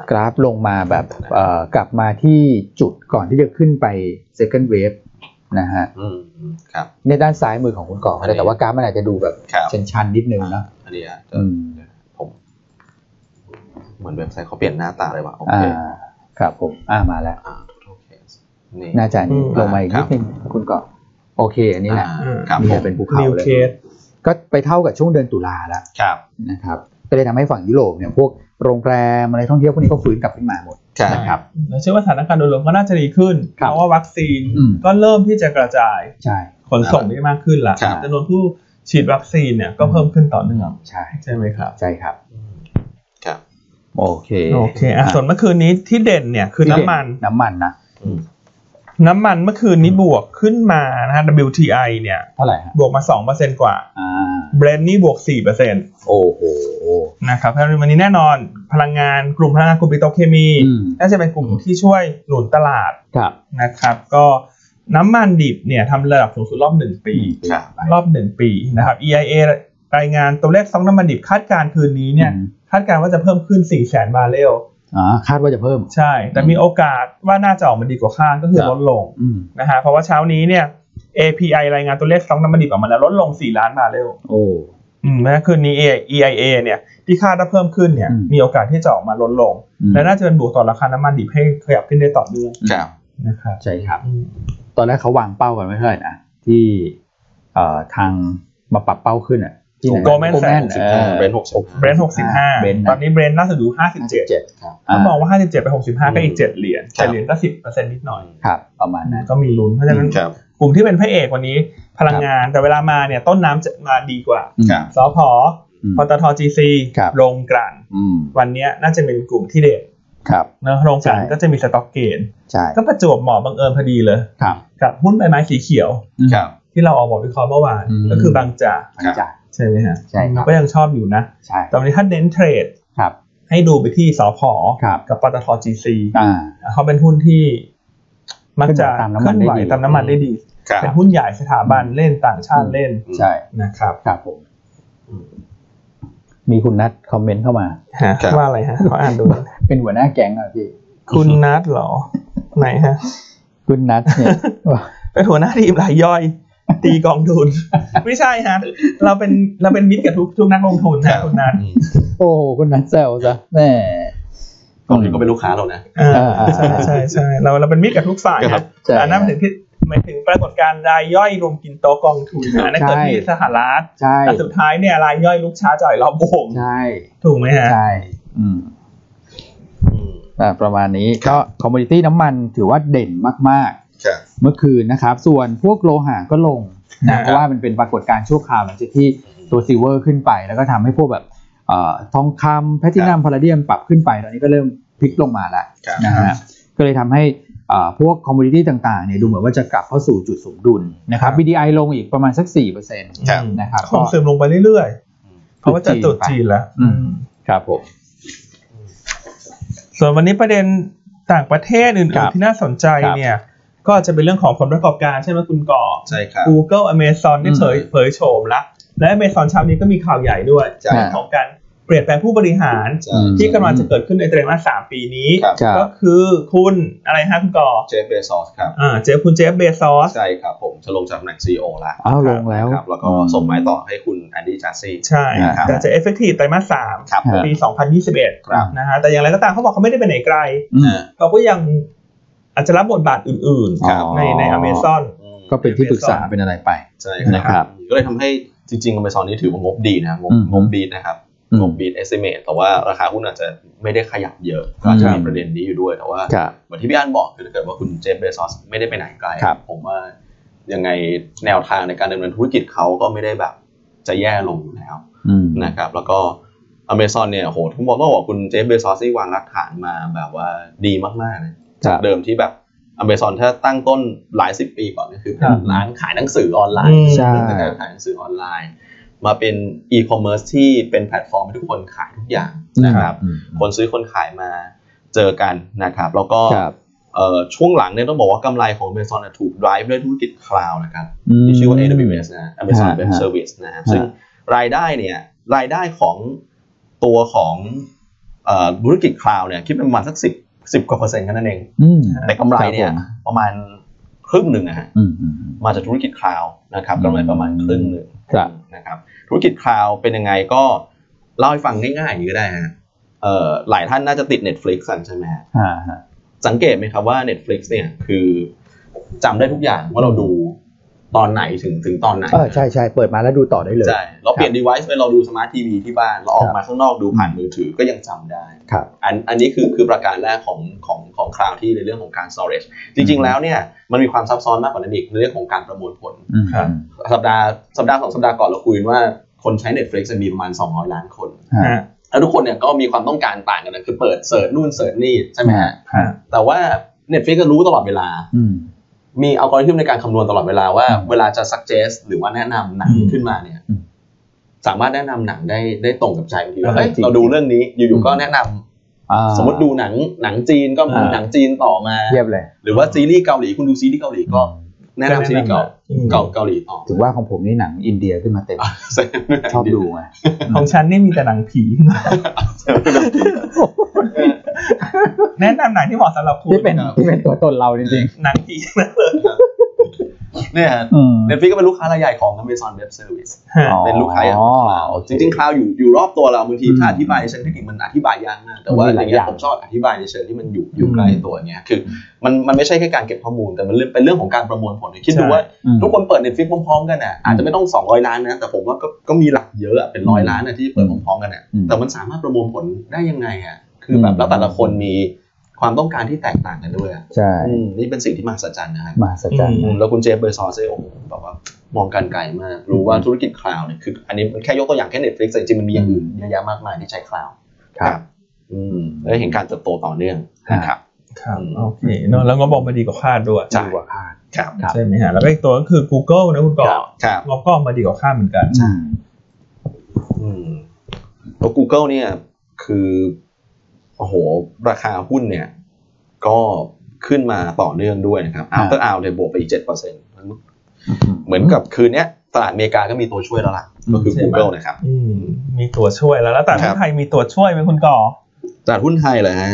S2: กราฟลงมาแบบเอ่อกลับมาที่จุดก่อนที่จะขึ้นไป second wave นะฮะ
S1: อืมอืมครับ
S2: ในด้านซ้ายมือของคุณก่อก็ได้แต่ว่ากราฟมันอาจจะดูแบบ
S1: ครับ
S2: ชันๆนิดนึงเนอะ
S1: อันนี้อ่ะ
S2: อืม
S1: ผม เหมือนเว็บไซต์เขาเปลี่ยนหน้าตาเลยว่ะโอเค
S2: อ่า ครับผมอ่ามาแล้ว
S1: อ่า total case นี่
S2: น่าจะนี่
S3: อืม
S2: ลงมาอีก
S1: ครับ
S2: นิดนึงคุณกอบโอเค อันนี้แหละ
S1: อ่าครับ
S2: นี่
S1: ผ
S2: แหละ
S1: ม
S2: เป็นภูเขา
S3: นิว
S2: เลย
S3: เคส
S2: ก็ไปเท่ากับช่วงเดือนตุลาแล้ว
S1: ครับ
S2: นะครับก็เลยทำให้ฝั่งยุโรปเนี่ยพวกโรงแรมอะไรท่องเที่ยวพวกนี้ก็ฟื้นกลับขึ้นมาหมด
S1: ใช่
S2: นะครับ
S3: เราเชื่อว่าสถานการณ์โดยรวมก็น่าจะดีขึ้น
S2: ครับ
S3: เพราะว่าวัคซีน
S2: อืม
S3: ก็เริ่มที่จะกระจาย
S2: ใช่
S3: ขนส่งได้มากขึ้นละ
S1: ครับ
S3: จำนวนผู้ฉีดวัคซีนเนี่ยก็เพิ่มขึ้นต่อเนื่อง
S2: ใช่
S3: ใช่ไหมครับ
S2: ใช่ครับ
S1: ครับ
S2: โอเค
S3: โอเคอ่ะส่วนเมื่อคืนนี้ที่เด่นเนี่ยคือน้ำมัน
S2: น้ำมันนะ
S1: อืม
S3: น้ำมันเมื่อคืนนี้บวกขึ้นมานะฮะ WTI เนี่ย
S2: เท่าไหร่ฮะ
S3: บวกมา 2%กว่า
S2: อ่า
S3: Brent นี่บวก 4%น
S2: โอ้โห
S3: ะครับเพราะฉะนั้นวันนี้แน่นอนพลังงานกลุ่มพลังงานกลุ่มปิโตรเคมี
S2: อืม
S3: น่าจะเป็นกลุ่มที่ช่วยหนุนตลาด
S2: ครับ
S3: นะครับ ก็น้ำมันดิบเนี่ยทำระดับสูงสุดรอบ 1 ปี
S1: ครับ
S3: รอบ 1 ปีนะครับ EIA รายงานตัวเลขสต็อกน้ำมันดิบคาดการณ์คืนนี้เนี่ย
S2: อืม
S3: คาดการณ์ว่าจะเพิ่มขึ้น 4 0 0 0 0 0 บาร์เรล
S2: อ่าคาดว่าจะเพิ่ม
S3: ใช่ แต่มีโอกาสว่าน่าจะออกมาดีกว่าคาดก็คือ
S1: ครับ
S3: ลดลง
S2: อืม
S3: นะฮะเพราะว่าเช้านี้เนี่ย API รายงานตัวเลขสต็อกน้ำมันดิบออกมาแล้วลดลง 4 ล้านบาร์เรล
S2: โอ้
S3: อืมนะคืนนี้ EIA เนี่ยที่คาดว่าเพิ่มขึ้นเนี่ย
S2: อืม
S3: มีโอกาสที่จะออกมาลดลง
S2: อืม
S3: และน่าจะเป็นบวกต่อราคาน้ำมันดิบให้ขยับขึ้นได้ต่อเนื่อง
S1: ครับ
S3: นะครับ
S2: ใช่ครับ ตอนแรกเขาวางเป้ากันไม่เท่าไหร่นะที่เอ่อทางมาปรับเป้าขึ้นอ่ะที่ไหน
S1: โก
S3: แมน
S2: Goldman
S3: แซน
S2: Sachs เออ
S1: เบรนท์หกสิบ
S3: เบรนท์หกสิบห้า
S2: เบรนท์นะ
S3: ตอนนี้เบรนท์ล่าสุดอยู่ห้าสิบเจ็ด
S2: เจ็ด
S1: ครับ
S3: ถ้ามองว่าห้าสิบเจ็ดไปหกสิบห้าก็อีกเจ็ดเหรียญ
S1: ครับ
S3: แต่เหรียญก็สิบเปอร์เซ็นต์นิดหน่อย
S2: ครับประมาณนั้น
S3: ก็มีลุ้นเพราะฉะนั้น
S1: ครับ
S3: กลุ่มที่เป็นพระเอกวันนี้พลังงานแต่เวลามาเนี่ยต้นน้ำจะมาดีกว่า
S1: ครับ
S3: สพพตทจีซี
S2: ครับ
S3: โรงกลั่น
S2: อืม
S3: วันเนี้ยน่าจะเป็นกลุ่มที่เด่น
S2: ครับ
S3: เนอะโรงกลั่น
S2: ใช่
S3: ก็จะมีสต็อกเกน
S2: ใช่
S3: ก็ประจวบเหมาะบังเอิญพอดีเลย
S2: ครับ
S3: กับหุ้นใบไม้สีเขียว
S1: ครับ
S3: ที่เราออกบทวิเคราะห์เมื่อวาน
S2: อืม
S3: ก็คือบางจาก
S1: ครับ
S2: จ้ะ
S3: ใช่ไหมฮะ
S2: ใช่ครับ
S3: ก็ยังชอบอยู่นะ
S2: ใช่
S3: แต่วันนี้ถ้าเน้นเทรด
S2: ครับ
S3: ให้ดูไปที่สพ
S2: ครับ
S3: กับปตทจีซี
S2: อ่า
S3: เขาเป็นหุ้นที่ มักจะ
S2: ขึ้
S3: ขึ้น
S2: น
S3: ไห
S2: ไห
S3: ว
S2: ว
S3: ตา
S2: ตาม ม
S3: น้ำ
S2: น้ำมั
S3: มัน
S2: นได้
S3: ได้
S2: ดี
S3: ดี
S1: ครั
S3: เป็น
S1: บ
S3: หุ้นใหญ่สถาบันเล่นต่างชาติเล่น
S2: ใช่
S3: นะครับ
S2: ครับผม มีคุณนัทคอมเมนต์เข้ามา
S3: ฮะ
S1: ครับ
S3: ว่าอะไรฮะขออ่านดูหน่อย
S2: เป็นหัวหน้าแก๊งเหรอ่ะพี่
S3: คุณนัทเหรอไหนฮะ
S2: คุณนัทเนี่ย
S3: เป็นหัวหน้าทีมรายย่อย ตีกองทุน ไม่ใช่ฮะ เราเป็นเราเป็นมิตรกับทุกทุกนักลงทุนฮะคุณนัท
S1: อืม
S2: โอ้โหคุณนัทแซวซะแม่
S1: กองทุนก็เป็นลูกค้าเรานะ
S3: อ่า
S2: อ่าอ่า
S3: ใช่ใช่ใช่เราเราเป็นมิตรกับทุกฝ่าย
S1: ครับ
S3: นะแต่อันนั่นหมายถึงที่หมายถึงปรากฏการณ์รายย่อยรวมกินโต๊ะกองทุนนะอันนั่นเกิดที่สหรัฐ
S2: ใช่
S3: แต่สุดท้ายเนี่ยรายย่อยลุกช้าจ่อยรอบวง
S2: ใช่
S3: ถูกไหมฮะ
S2: ใช่อืม
S1: อืม
S2: อ่าประมาณนี้ก็คอมมูนิตี้น้ำมันถือว่าเด่นมาก
S1: ครับ
S2: ๆ เมื่อคืนนะครับ ส่วนพวกโลหะก็ลง
S3: ครั
S2: นะ
S3: บ
S2: เพราะว่ามันเป็นปรากฏการณ์ชั่วคราวหลังจากที่ตัวซิลเวอร์ขึ้นไป แล้วก็ทำให้พวกแบบเอ่อทองคำแพลตินัมพาราเดียมปรับขึ้นไป ตอนนี้ก็เริ่มพลิกลงมาแล้ว
S1: ครับ
S2: นะฮะก็เลยทำให้เอ่อพวกคอมมูนิตี้ต่างๆเนี่ยดูเหมือนว่าจะกลับเข้าสู่จุดสมดุลนะครับ BDI ลงอีกประมาณสัก 4%น
S1: ครับ
S2: ะครับ
S3: ค
S2: ก็
S3: งเสื่อมลงไปเรื่อยๆ เพราะว่าจะตรุดจีนแล้ว
S2: อืม ครับผม
S3: ส่วนวันนี้ประเด็นต่างประเทศอื่
S2: ครั
S3: น
S2: บ
S3: ๆที่น่าสนใจ
S2: ครับ
S3: เนี่ย ก็จะเป็นเรื่องของผลประกอบการใช่ไหมคุณก่อ
S1: ใช่ครับ
S3: Google Amazon ได้เผยเผยโฉมละ และ Amazon เช้านี้ก็มีข่าวใหญ่ด้วย
S1: ใช่
S2: อ่า
S3: ของการเปลี่ยนแปลงผู้บริหาร
S1: ใช่
S3: ที่กำลังจะเกิดขึ้นในไตรมาสสามปีนี้
S1: ครับ
S2: จะ
S3: ก็คือคุณอะไรฮะคุณก่อ
S1: เจฟเบซอสครับ
S3: อ่าเจอคุณเจฟเบซอส
S1: ใช่ครับผมจะลงจากตำแหน่งซีโอแล้ว
S2: อ้าวลงแล้ว
S1: ครับแล้วก็ส่งไม้ต่อให้คุณแอนดี้จัสซี่
S3: ใช่
S1: ครับ
S3: แต่จะ effective ไตรมาสสาม
S1: ครับ
S2: ครับ
S3: ปี
S1: ครับ
S3: 2021 นะฮะแต่อย่างไรก็ตามเขาบอกเขาไม่ได้ไปไหนไกล
S2: อืม
S3: เขาก็ยังอาจจะรับบทบาทอื่น
S1: ครับ
S3: ๆ ในใน Amazon
S1: อืม
S2: ก็เป็นที่ปรึกษาเป็นอะไรไป
S1: ใช่
S2: นะ
S1: ค
S2: ครั
S1: รับบ ก็เลยทำให้จริงๆอเมซอนนี่ถือว่างบดีนะครับงบ
S2: อืม
S1: งบบีดนะครับ
S2: อื
S1: ง
S2: ม
S1: บบีดเอสเมแต่ว่าราคาหุ้นอาจจะไม่ได้ขยับเยอะ ก็อาจจะมีประเด็นนี้อยู่ด้วยแต่ว่า
S2: ครับ
S1: เหมือนที่พี่อันบอกคือถ้าเกิดว่าคุณเจฟเบซอสไม่ได้ไปไหนไกล
S2: ครับ
S1: ผมว่ายังไงแนวทางในการดำเนินธุรกิจเขาก็ไม่ได้แบบจะแย่ลงอยู่แล้ว
S2: อืม
S1: นะครับ แล้วก็อเมซอนเนี่ยโหทุกบอกต้องบอกคุณเจฟเบซอสที่วางรากฐานมาแบบว่าดีมากๆนะ
S2: ครั
S1: จาก
S2: บ
S1: เดิมที่แบบอเมซอนถ้าตั้งต้นหลายสิบปีก่อนก็คือเป็น
S2: ครับ
S1: ร้านขายหนังสือออนไลน์
S3: อืม
S2: ใช่
S1: เป็นร้านขายหนังสือออนไลน์ มาเป็นอีคอมเมิร์ซที่เป็นแพลตฟอร์มให้ทุกคนขายทุกอย่างนะครับ
S2: อืม
S1: คนซื้อคนขายมาเจอกันนะครับ แล้วก็
S2: ครับ
S1: เอ่อช่วงหลังเนี่ยต้องบอกว่ากำไรของ Amazon น่ะถูก drive ด้วยธุรกิจคลาวด์นะครับ
S2: ม
S1: ที่ชื่อว่า AWS นะ Amazon Web
S2: ฮะ
S1: Service นะครับ
S2: ฮะ
S1: ซึ่งรายได้เนี่ยรายได้ของตัวของเอ่อธุรกิจคลาวด์เนี่ยคิดเป็นประมาณสักสิบสิบกว่าเปอร์เซ็นต์แค่นั้นเอง
S2: อืม
S1: แต่กำไรเนี่ย
S2: ครับผม
S1: ประมาณครึ่งหนึ่งนะฮะ
S2: อืมอืมอืม
S1: มาจากธุรกิจคลาวด์นะครับ
S2: อืม
S1: กำไรประมาณครึ่งหนึ่ง
S2: ครับ
S1: นะครับธุรกิจคลาวด์เป็นยังไงก็เล่าให้ฟังง่ายๆอย่างนี้ก็ได้ฮะเอ่อหลายท่านน่าจะติด Netflix กันใช่ไหมฮะ
S2: อ่าฮะ
S1: สังเกตไหมครับว่า Netflix เนี่ยคือจำได้ทุกอย่างว่าเราดูตอนไหนถึงถึงตอนไหน
S2: เออใช่ใช่เปิดมาแล้วดูต่อได้เลย
S1: ใช่เราเปลี่ยน device ไปเราดูสมาร์ททีวีที่บ้านเราออกมาข้างนอกดูผ่านมือถือก็ยังจำได้
S2: ครับ
S1: อันอันนี้คือคือประการแรกของของของคราวที่ในเรื่องของการ storage จริง ๆ แล้วเนี่ยมันมีความซับซ้อนมากกว่านั้นอีกในเรื่องของการประมวลผล
S2: อืม
S3: ครับ
S1: สัปดาห์สัปดาห์สองสัปดาห์ก่อนเราคุยกันว่าคนใช้ Netflix เนี่ยมีประมาณ 200 ล้านคน
S3: ฮะ
S1: แล้วทุกคนเนี่ยก็มีความต้องการต่างกันนะคือเปิดเสิร์ชนู่นเสิร์ชนี่ใช่ไหมฮะ
S2: ฮะ
S1: แต่ว่า Netflix ก็รู้ตลอดเวลา
S2: อืม
S1: มีอัลกอริทึมในการคำนวณตลอดเวลาว่า
S2: อืม
S1: เวลาจะ suggest หรือว่าแนะนำหนัง
S3: อืม
S1: ขึ้นมาเนี่ย
S2: อืม
S1: สามารถแนะนำหนังได้ได้ตรงกับใจบางทีว่า
S3: เออ
S1: เอ้ย
S2: จริง
S1: เราดูเรื่องนี้อ
S2: อื
S1: ยู่
S2: ม
S1: ๆก็แนะนำ
S2: อ่า
S1: สมมติดูหนังหนังจีนก็มี
S3: อ่า
S1: หนังจีนต่อมา
S2: เทียบเลย
S1: หรือว่าซีรีส์เกาหลีคุณดูซีรีส์เกาหลีก็แนะนำซีรีส์เกา
S3: อืม
S1: เกาเกาหลีต่อ
S2: ถึงว่าของผมนี่หนังอินเดียขึ้นมาเต็มชอบดูไง
S3: ของฉันนี่มีแต่หนังผี แนะนำหนังที่เหมาะสำหรับคุณ
S2: ที่เป็นที่เป็นตัวตนเราจริง
S3: หนังผีนะ
S1: เนี่ยฮะ
S2: ๆอืม
S1: Netflix ก็เป็นลูกค้ารายใหญ่ของ Amazon Web Service
S3: ฮะ
S2: อ๋อ
S1: เป็นลูกค้าอย่างคลาวจริงๆคลาวอยู่อยู่รอบตัวเราบางทีถ้าอธิบายในเชิงเทคนิคมันอธิบายยากมากแต่ว่า
S2: มี
S1: อ
S2: หลาย
S1: ย่างเงี้
S2: อย ย่าง
S1: ผมชอบอธิบายในเชิงที่มันอยู่อยู่ใกล้ตัวเนี้ยคือมันมันไม่ใช่แค่การเก็บข้อมูลแต่มันเรื่องเป็นเรื่องของการประมวลผลคิดดูว่า
S2: อืม
S1: ทุกคนเปิด Netflix พร้อมๆกันอ่ะอาจจะไม่ต้อง 200 ล้านนะแต่ผมว่าก็ก็มีหลักเยอะอะเป็นร้อยล้านนะที่เปิดพร้อมๆกันอ่ะ
S2: อืม
S1: แต่มันสามารถประมวลผลได้ยังไงอ่ะคือแบบแล้วแต่ละคนมีความต้องการที่แตกต่างกันด้วยอะ
S2: ใช่
S1: อืมนี่เป็นสิ่งที่มหัศจรรย์นะครับ
S2: มาสัจจัน
S3: อื
S1: อื
S3: ม
S1: มแล้วคุณเจฟเบอร์ซอสเองโอ้โหแบบว่ามองการไกลมาก รู้ว่าธุรกิจคลาวด์เนี่ยคือ อันนี้มันแค่ยกตัวอย่างแค่ Netflix แต่จริงๆมันมีอย่างอื่นเยอะแยะมากมายที่ใช้คลาวด์
S2: ครับ
S1: อืมแล้วเห็นการเติบโตต่อเนื่องนะครับ
S3: ครับโอเคเนอะแล้วงบออกมาดีกว่าคาดด้วย
S1: ใช่
S2: ดีกว่าคาด
S1: ครับ
S2: ครับ
S3: ใช่ไหมฮะแล้วก็อีกตัวก็คือ Google นะคุณก่อ
S1: ครับ
S3: งบก็ออกมาดีกว่าคาดเหมือนกัน
S2: ใช่
S1: อืมแล้ว Google เนี่ยคือโอ้โห ราคาหุ้นเนี่ย ก็ขึ้นมาต่อเนื่องด้วยนะครับ After Hour เนี่ยบวกไปอีก 7%เหมือนกับคืนเนี้ยตลาดอเมริกาก็มีตัวช่วยแล้วล่ะก็คือ Google นะครับ
S3: อืมมีตัวช่วยแล้วแล้วแต่
S1: ครั
S3: ที่
S1: บ
S3: ไทยมีตัวช่วยไหมคุณก่อ
S1: ตลาดหุ้นไทยเหรอฮะ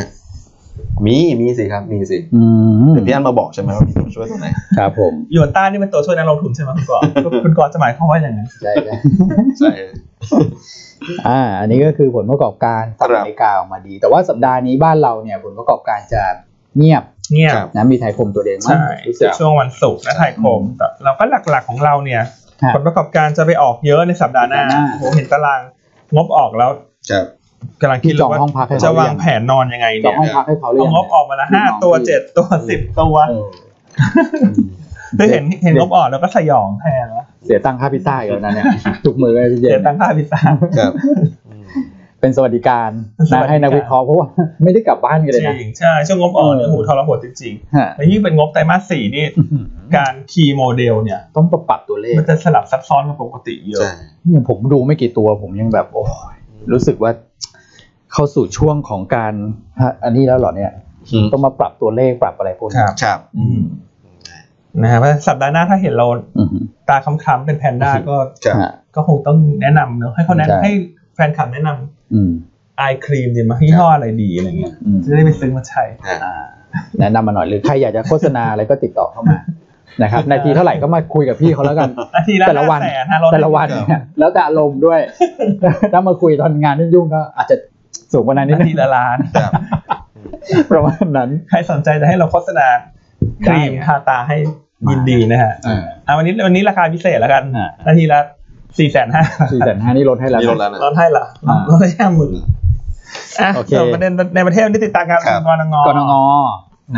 S1: มีมีสิครับมีสิ
S2: อืม
S1: เดี๋ยวพี่อันมาบอกใช่ไหมว่ามีตัวช่วยตัวไหน
S2: ครับผม
S3: หยวนต้านี่เป็นตัวช่วยนักลงทุนใช่ไหมคุณก่อ คุณก่อจะหมายความว่าอย่างไง
S2: ใช่ใช่
S1: ใช่
S2: อ่า อันนี้ก็คือผลประกอบการสหรัฐอเมริกาออกมาดี แต่ว่าสัปดาห์นี้บ้านเราเนี่ยผลประกอบการจะเงียบ
S3: เงียบ
S1: ครับ
S2: นะมีไทยคมตัวเดียวมั้ง
S3: ใช่
S2: รู้สึก
S3: ช่วงวันศุกร์นะไทยคมแต่เราก็หลักๆของเราเนี่ย
S2: ฮะ
S3: ผลประกอบการจะไปออกเยอะในสัปดาห์หน้า
S2: สัปดาห์หน้า
S3: โอ้โหเห็นตารางงบออกแล้ว
S1: ครับ
S3: กำลังคิ
S2: ที่จ
S3: ดเลย
S2: อง
S3: ว่า
S2: ห้องพักให้
S3: จะ
S2: เขาหรื
S3: วา
S2: อง ยัง
S3: แผนนอนยังไง
S2: จอ
S3: เนี่
S2: ง
S3: ย
S2: ห้องพักให้เขาหรือ
S3: เอา
S2: ยัง
S3: งบออกมาละห้าตัวเจ็ดตัวสิบตัว
S2: เออ
S3: ได้เห็นเห็นงบออกแล้วก็สยองแทนแล้ว
S2: เสียตังค่าพิซซ่าอีกแล้วนะเนี่ยถูกมือเลยพี่เจ
S3: เสีย
S2: น
S3: ตังค่าพิซซ่า
S1: ครับ
S2: เป็นสวัสดิการ
S3: สวั
S2: นะ
S3: สดิการ
S2: ให้นักวิเคราะห์เพราะว่า ไม่ได้กลับบ้านกัน
S3: จ
S2: เลยนะ
S3: ริงใช่ช่วงงบออกเนี่ย
S2: เออ
S3: โอ้โหูทรหดจริง
S2: ฮะ
S3: ๆแล้วยิ่งเป็นงบไตรมาสสี่นี่การคีย์โมเดลเนี่ย
S2: ต้องปรับปรับตัวเลข
S3: มันจะสลับซับซ้อนกับปกติเยอะ
S1: ใช่
S2: เนี่ยผมดูไม่กี่ตัวผมยังแบบโอ้ยรู้สึกว่า เข้าสู่ช่วงของการฮะอันนี้แล้วเหรอเนี่ย
S1: อืม
S2: ต้องมาปรับตัวเลขปรับอะไรพวก
S3: ค
S2: นี้
S3: รับ
S1: ครับ
S3: อืมนะฮะเพราะสัปดาห์หน้าถ้าเห็นเรา
S2: อือฮึ
S3: ตาค้ำๆเป็นแพนด้าก็
S1: ครับ
S2: ฮะ
S3: ก็คงต้องแนะนำเนอะให้เขาแนะ
S2: ใช่
S3: นำให้แฟนคลับแนะน
S2: อืม
S3: ำไอครีมดีมั้ยยี่ห้ออะไรดีอะไรเงี้ย
S2: อืม
S3: จะได้ไปซื้อมาใช้
S2: อ่าแนะนำมาหน่อยหรือใครอยากจะโฆษณาอะไรก็ติดต่อเข้ามา นะครับนาทีเท่าไหร่ก็มาคุยกับพี่เขาแล้วกัน
S3: อาทีละ
S2: แต่ละวัน
S3: ห้าสฮเรา
S2: แต่ละวันเนี่ยแล้วแต่อารมณ์ด้วย ถ้ามาคุยตอนงานยุ่งๆก็อาจจะสูงกว่านั้นนิด
S3: อา
S2: นึ
S3: ที
S2: ง
S3: ละล้าน
S1: ครับ
S2: ประมาณนั้น
S3: ใครสนใจจะให้เราโฆษณาครีม
S2: ได้
S3: ทาตาให้ยินดีนะฮะ
S2: อ่า
S3: อ่ะวันนี้วันนี้ราคาพิเศษแล้วกัน
S2: อ่า
S3: นาทีละสี่แสนห้า
S2: สี่แสนห้านี่ลดให้แล้ว
S1: มีลดแล้วนะ
S3: ลดให้ละ
S2: อ่า
S3: ลดให้ห้าหมื่นอ่ะ
S2: โอเค
S3: ส่วนประเด็นในประเทศนี่ติดตามการประชุมกรง
S2: กรงอ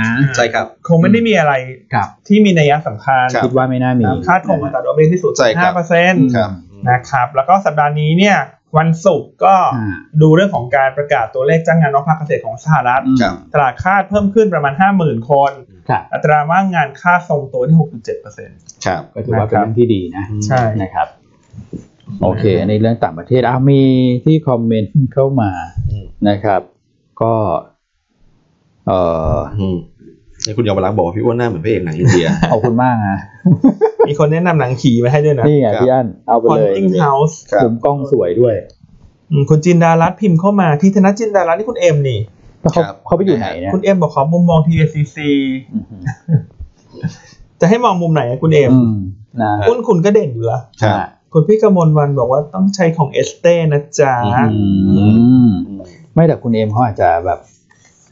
S2: นะ
S1: ใช่ครับ
S3: คงไม่ได้มีอะไร
S2: ครับ
S3: ที่มีนัยสำคัญ
S1: ครับ
S2: คิดว่าไม่น่ามี
S3: คาดของอัตราดอกเบี้ยที่สูง
S1: ใช่ครับ
S3: 5เปอร์เซ็นต์
S2: ครับ
S3: นะครับ แล้วก็สัปดาห์นี้เนี่ยวันศุกร์ก็
S2: อ่า
S3: ดูเรื่องของการประกาศตัวเลขจ้างงานนอกภาคเกษตรของสหรัฐ
S1: ครับ
S3: ตลาดคาดเพิ่มขึ้นประมาณ 50,000 คน
S2: ครับ
S3: อัตราว่างงานค่าทรงตัวที่ 6.7เปอร์เซ็นต์
S1: ครับ
S2: ก็ถือว่าเป็นเรื่องที่ดีนะ
S3: ใช่
S2: นะครับ โอเค อันนี้เรื่องต่างประเทศอ่ะมีที่คอมเมนต์เข้ามา
S1: อืม
S2: นะครับ ก็ เอ่อ
S1: อืมนี่คุณเยาวรักษ์บอกว่าพี่อ้วนหน้าเหมือนพระเอกหนังอินเดีย
S2: ขอบคุณมากนะ
S3: มีคนแนะนำหนังผีมาให้ด้วยนะ
S2: นี่
S1: ค
S2: ไง
S1: รับ
S2: พี่อันเอาไป
S3: คอน
S2: เลย
S3: ติงเฮาส์
S1: ครับ
S2: ผมกล้องสวยด้วย
S3: คุณจินดารัตน์พิมพ์เข้ามาที่ธนจินดารัตน์นี่คุณเอ็มนี่
S2: แล้วเขา
S1: ครับ
S2: เขาไปอยู่ไหนเนี่ย
S3: คุณเอ็มบอกขอมุมมอง TACC
S2: อือหือ
S3: จะให้มองมุมไหนอะคุณเอ็ม
S2: อืมนะ
S3: คุณคุณก็เด่นอยู่ละ
S1: ครับ
S3: คุณพี่กมลวันบอกว่าต้องใช้ของเอสเต้นะจ๊ะ
S1: อืม
S2: อืมไม่แต่คุณเอ็มเขาอาจจะแบบ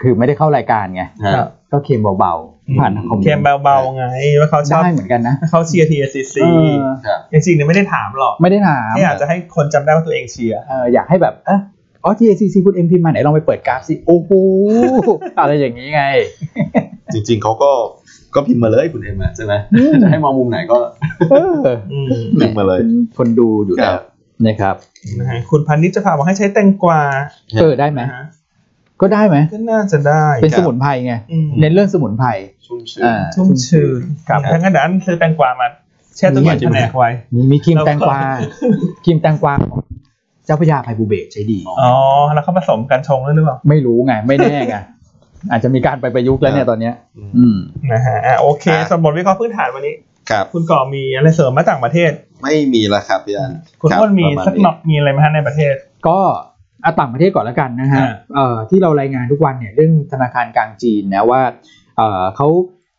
S2: คือไม่ได้เข้ารายการไง
S1: ฮะ
S3: ครับ
S2: ก็เค็มเบาๆผ่านทางคอมเมนต์
S3: เค็มเบาๆไงว่าเขาชอบ
S2: ได้เหมือนกันนะ
S3: เขาเชียร์ TSCC
S2: เออ
S1: ครับ
S3: จริงๆเนี่ยไม่ได้ถามหรอก
S2: ไม่ได้ถาม
S3: แค่อาจจะให้คนจำได้ว่าตัวเองเชียร์
S2: เอออยากให้แบบเอออ๋อ TACC คุณเอ็มพิมพ์มาไหนลองไปเปิดกราฟสิโอ้โหอะไรอย่างนี้ไง
S1: จริงๆเขาก็ก็พิมพ์มาเลยคุณเอ็มอะใช่ไหมจะให้มองมุมไหนก็
S2: เออ
S3: อืม
S1: พิมพ์มาเลย
S2: เป็นคนดูอยู่แล้วนะครับ
S3: นะฮะคุณพันนิชจะพาบอกให้ใช้แตงกวา
S2: เออได้ไหม
S3: นะฮะ
S2: ก็ได้ไหม
S3: ก็น่าจะได้
S2: เป็นสมุนไพรไง
S3: อืม
S2: เน้นเรื่องสมุนไพร
S1: ชุ่มชื้น
S2: อ่า
S3: ชุ่มชื่น
S2: ครับ
S3: ทั้งนั้นเดี๋ยวอันซื้อแตงกวามาแช่ตู้เย็นแผนกไว้
S2: มีมีครีม
S3: แล้วก็
S2: แตงกวาครีมแตงกวาของเจ้าพระยาไพบูเบกใช้ดี
S3: อ๋อแล้วเขาผสมกันชงด้วยหรือเปล่า
S2: ไม่รู้ไง ไม่แน่ไง อาจจะมีการไปประยุกต์แล้วเนี่ยตอนเนี้ย อืม
S3: นะฮะอ่ะโอเค
S1: อ่ะ
S3: สมบทวิเคราะห์พื้นฐานวันนี้
S1: ครับ
S3: คุณก่อมีอะไรเสริมมาต่างประเทศ
S1: ไม่มีแล้วครับพี่อัน
S3: คุณ
S1: รับ
S3: อ้วนมี
S1: ประาณ
S3: สักหนอกมีอะไรไหมฮะในประเทศ
S2: ก็เอาต่างประเทศก่อนแล้วกันนะฮะ
S3: อ่า
S2: เอ่อที่เรารายงานทุกวันเนี่ยเรื่องธนาคารกลางจีนนะว่าเอ่อเขา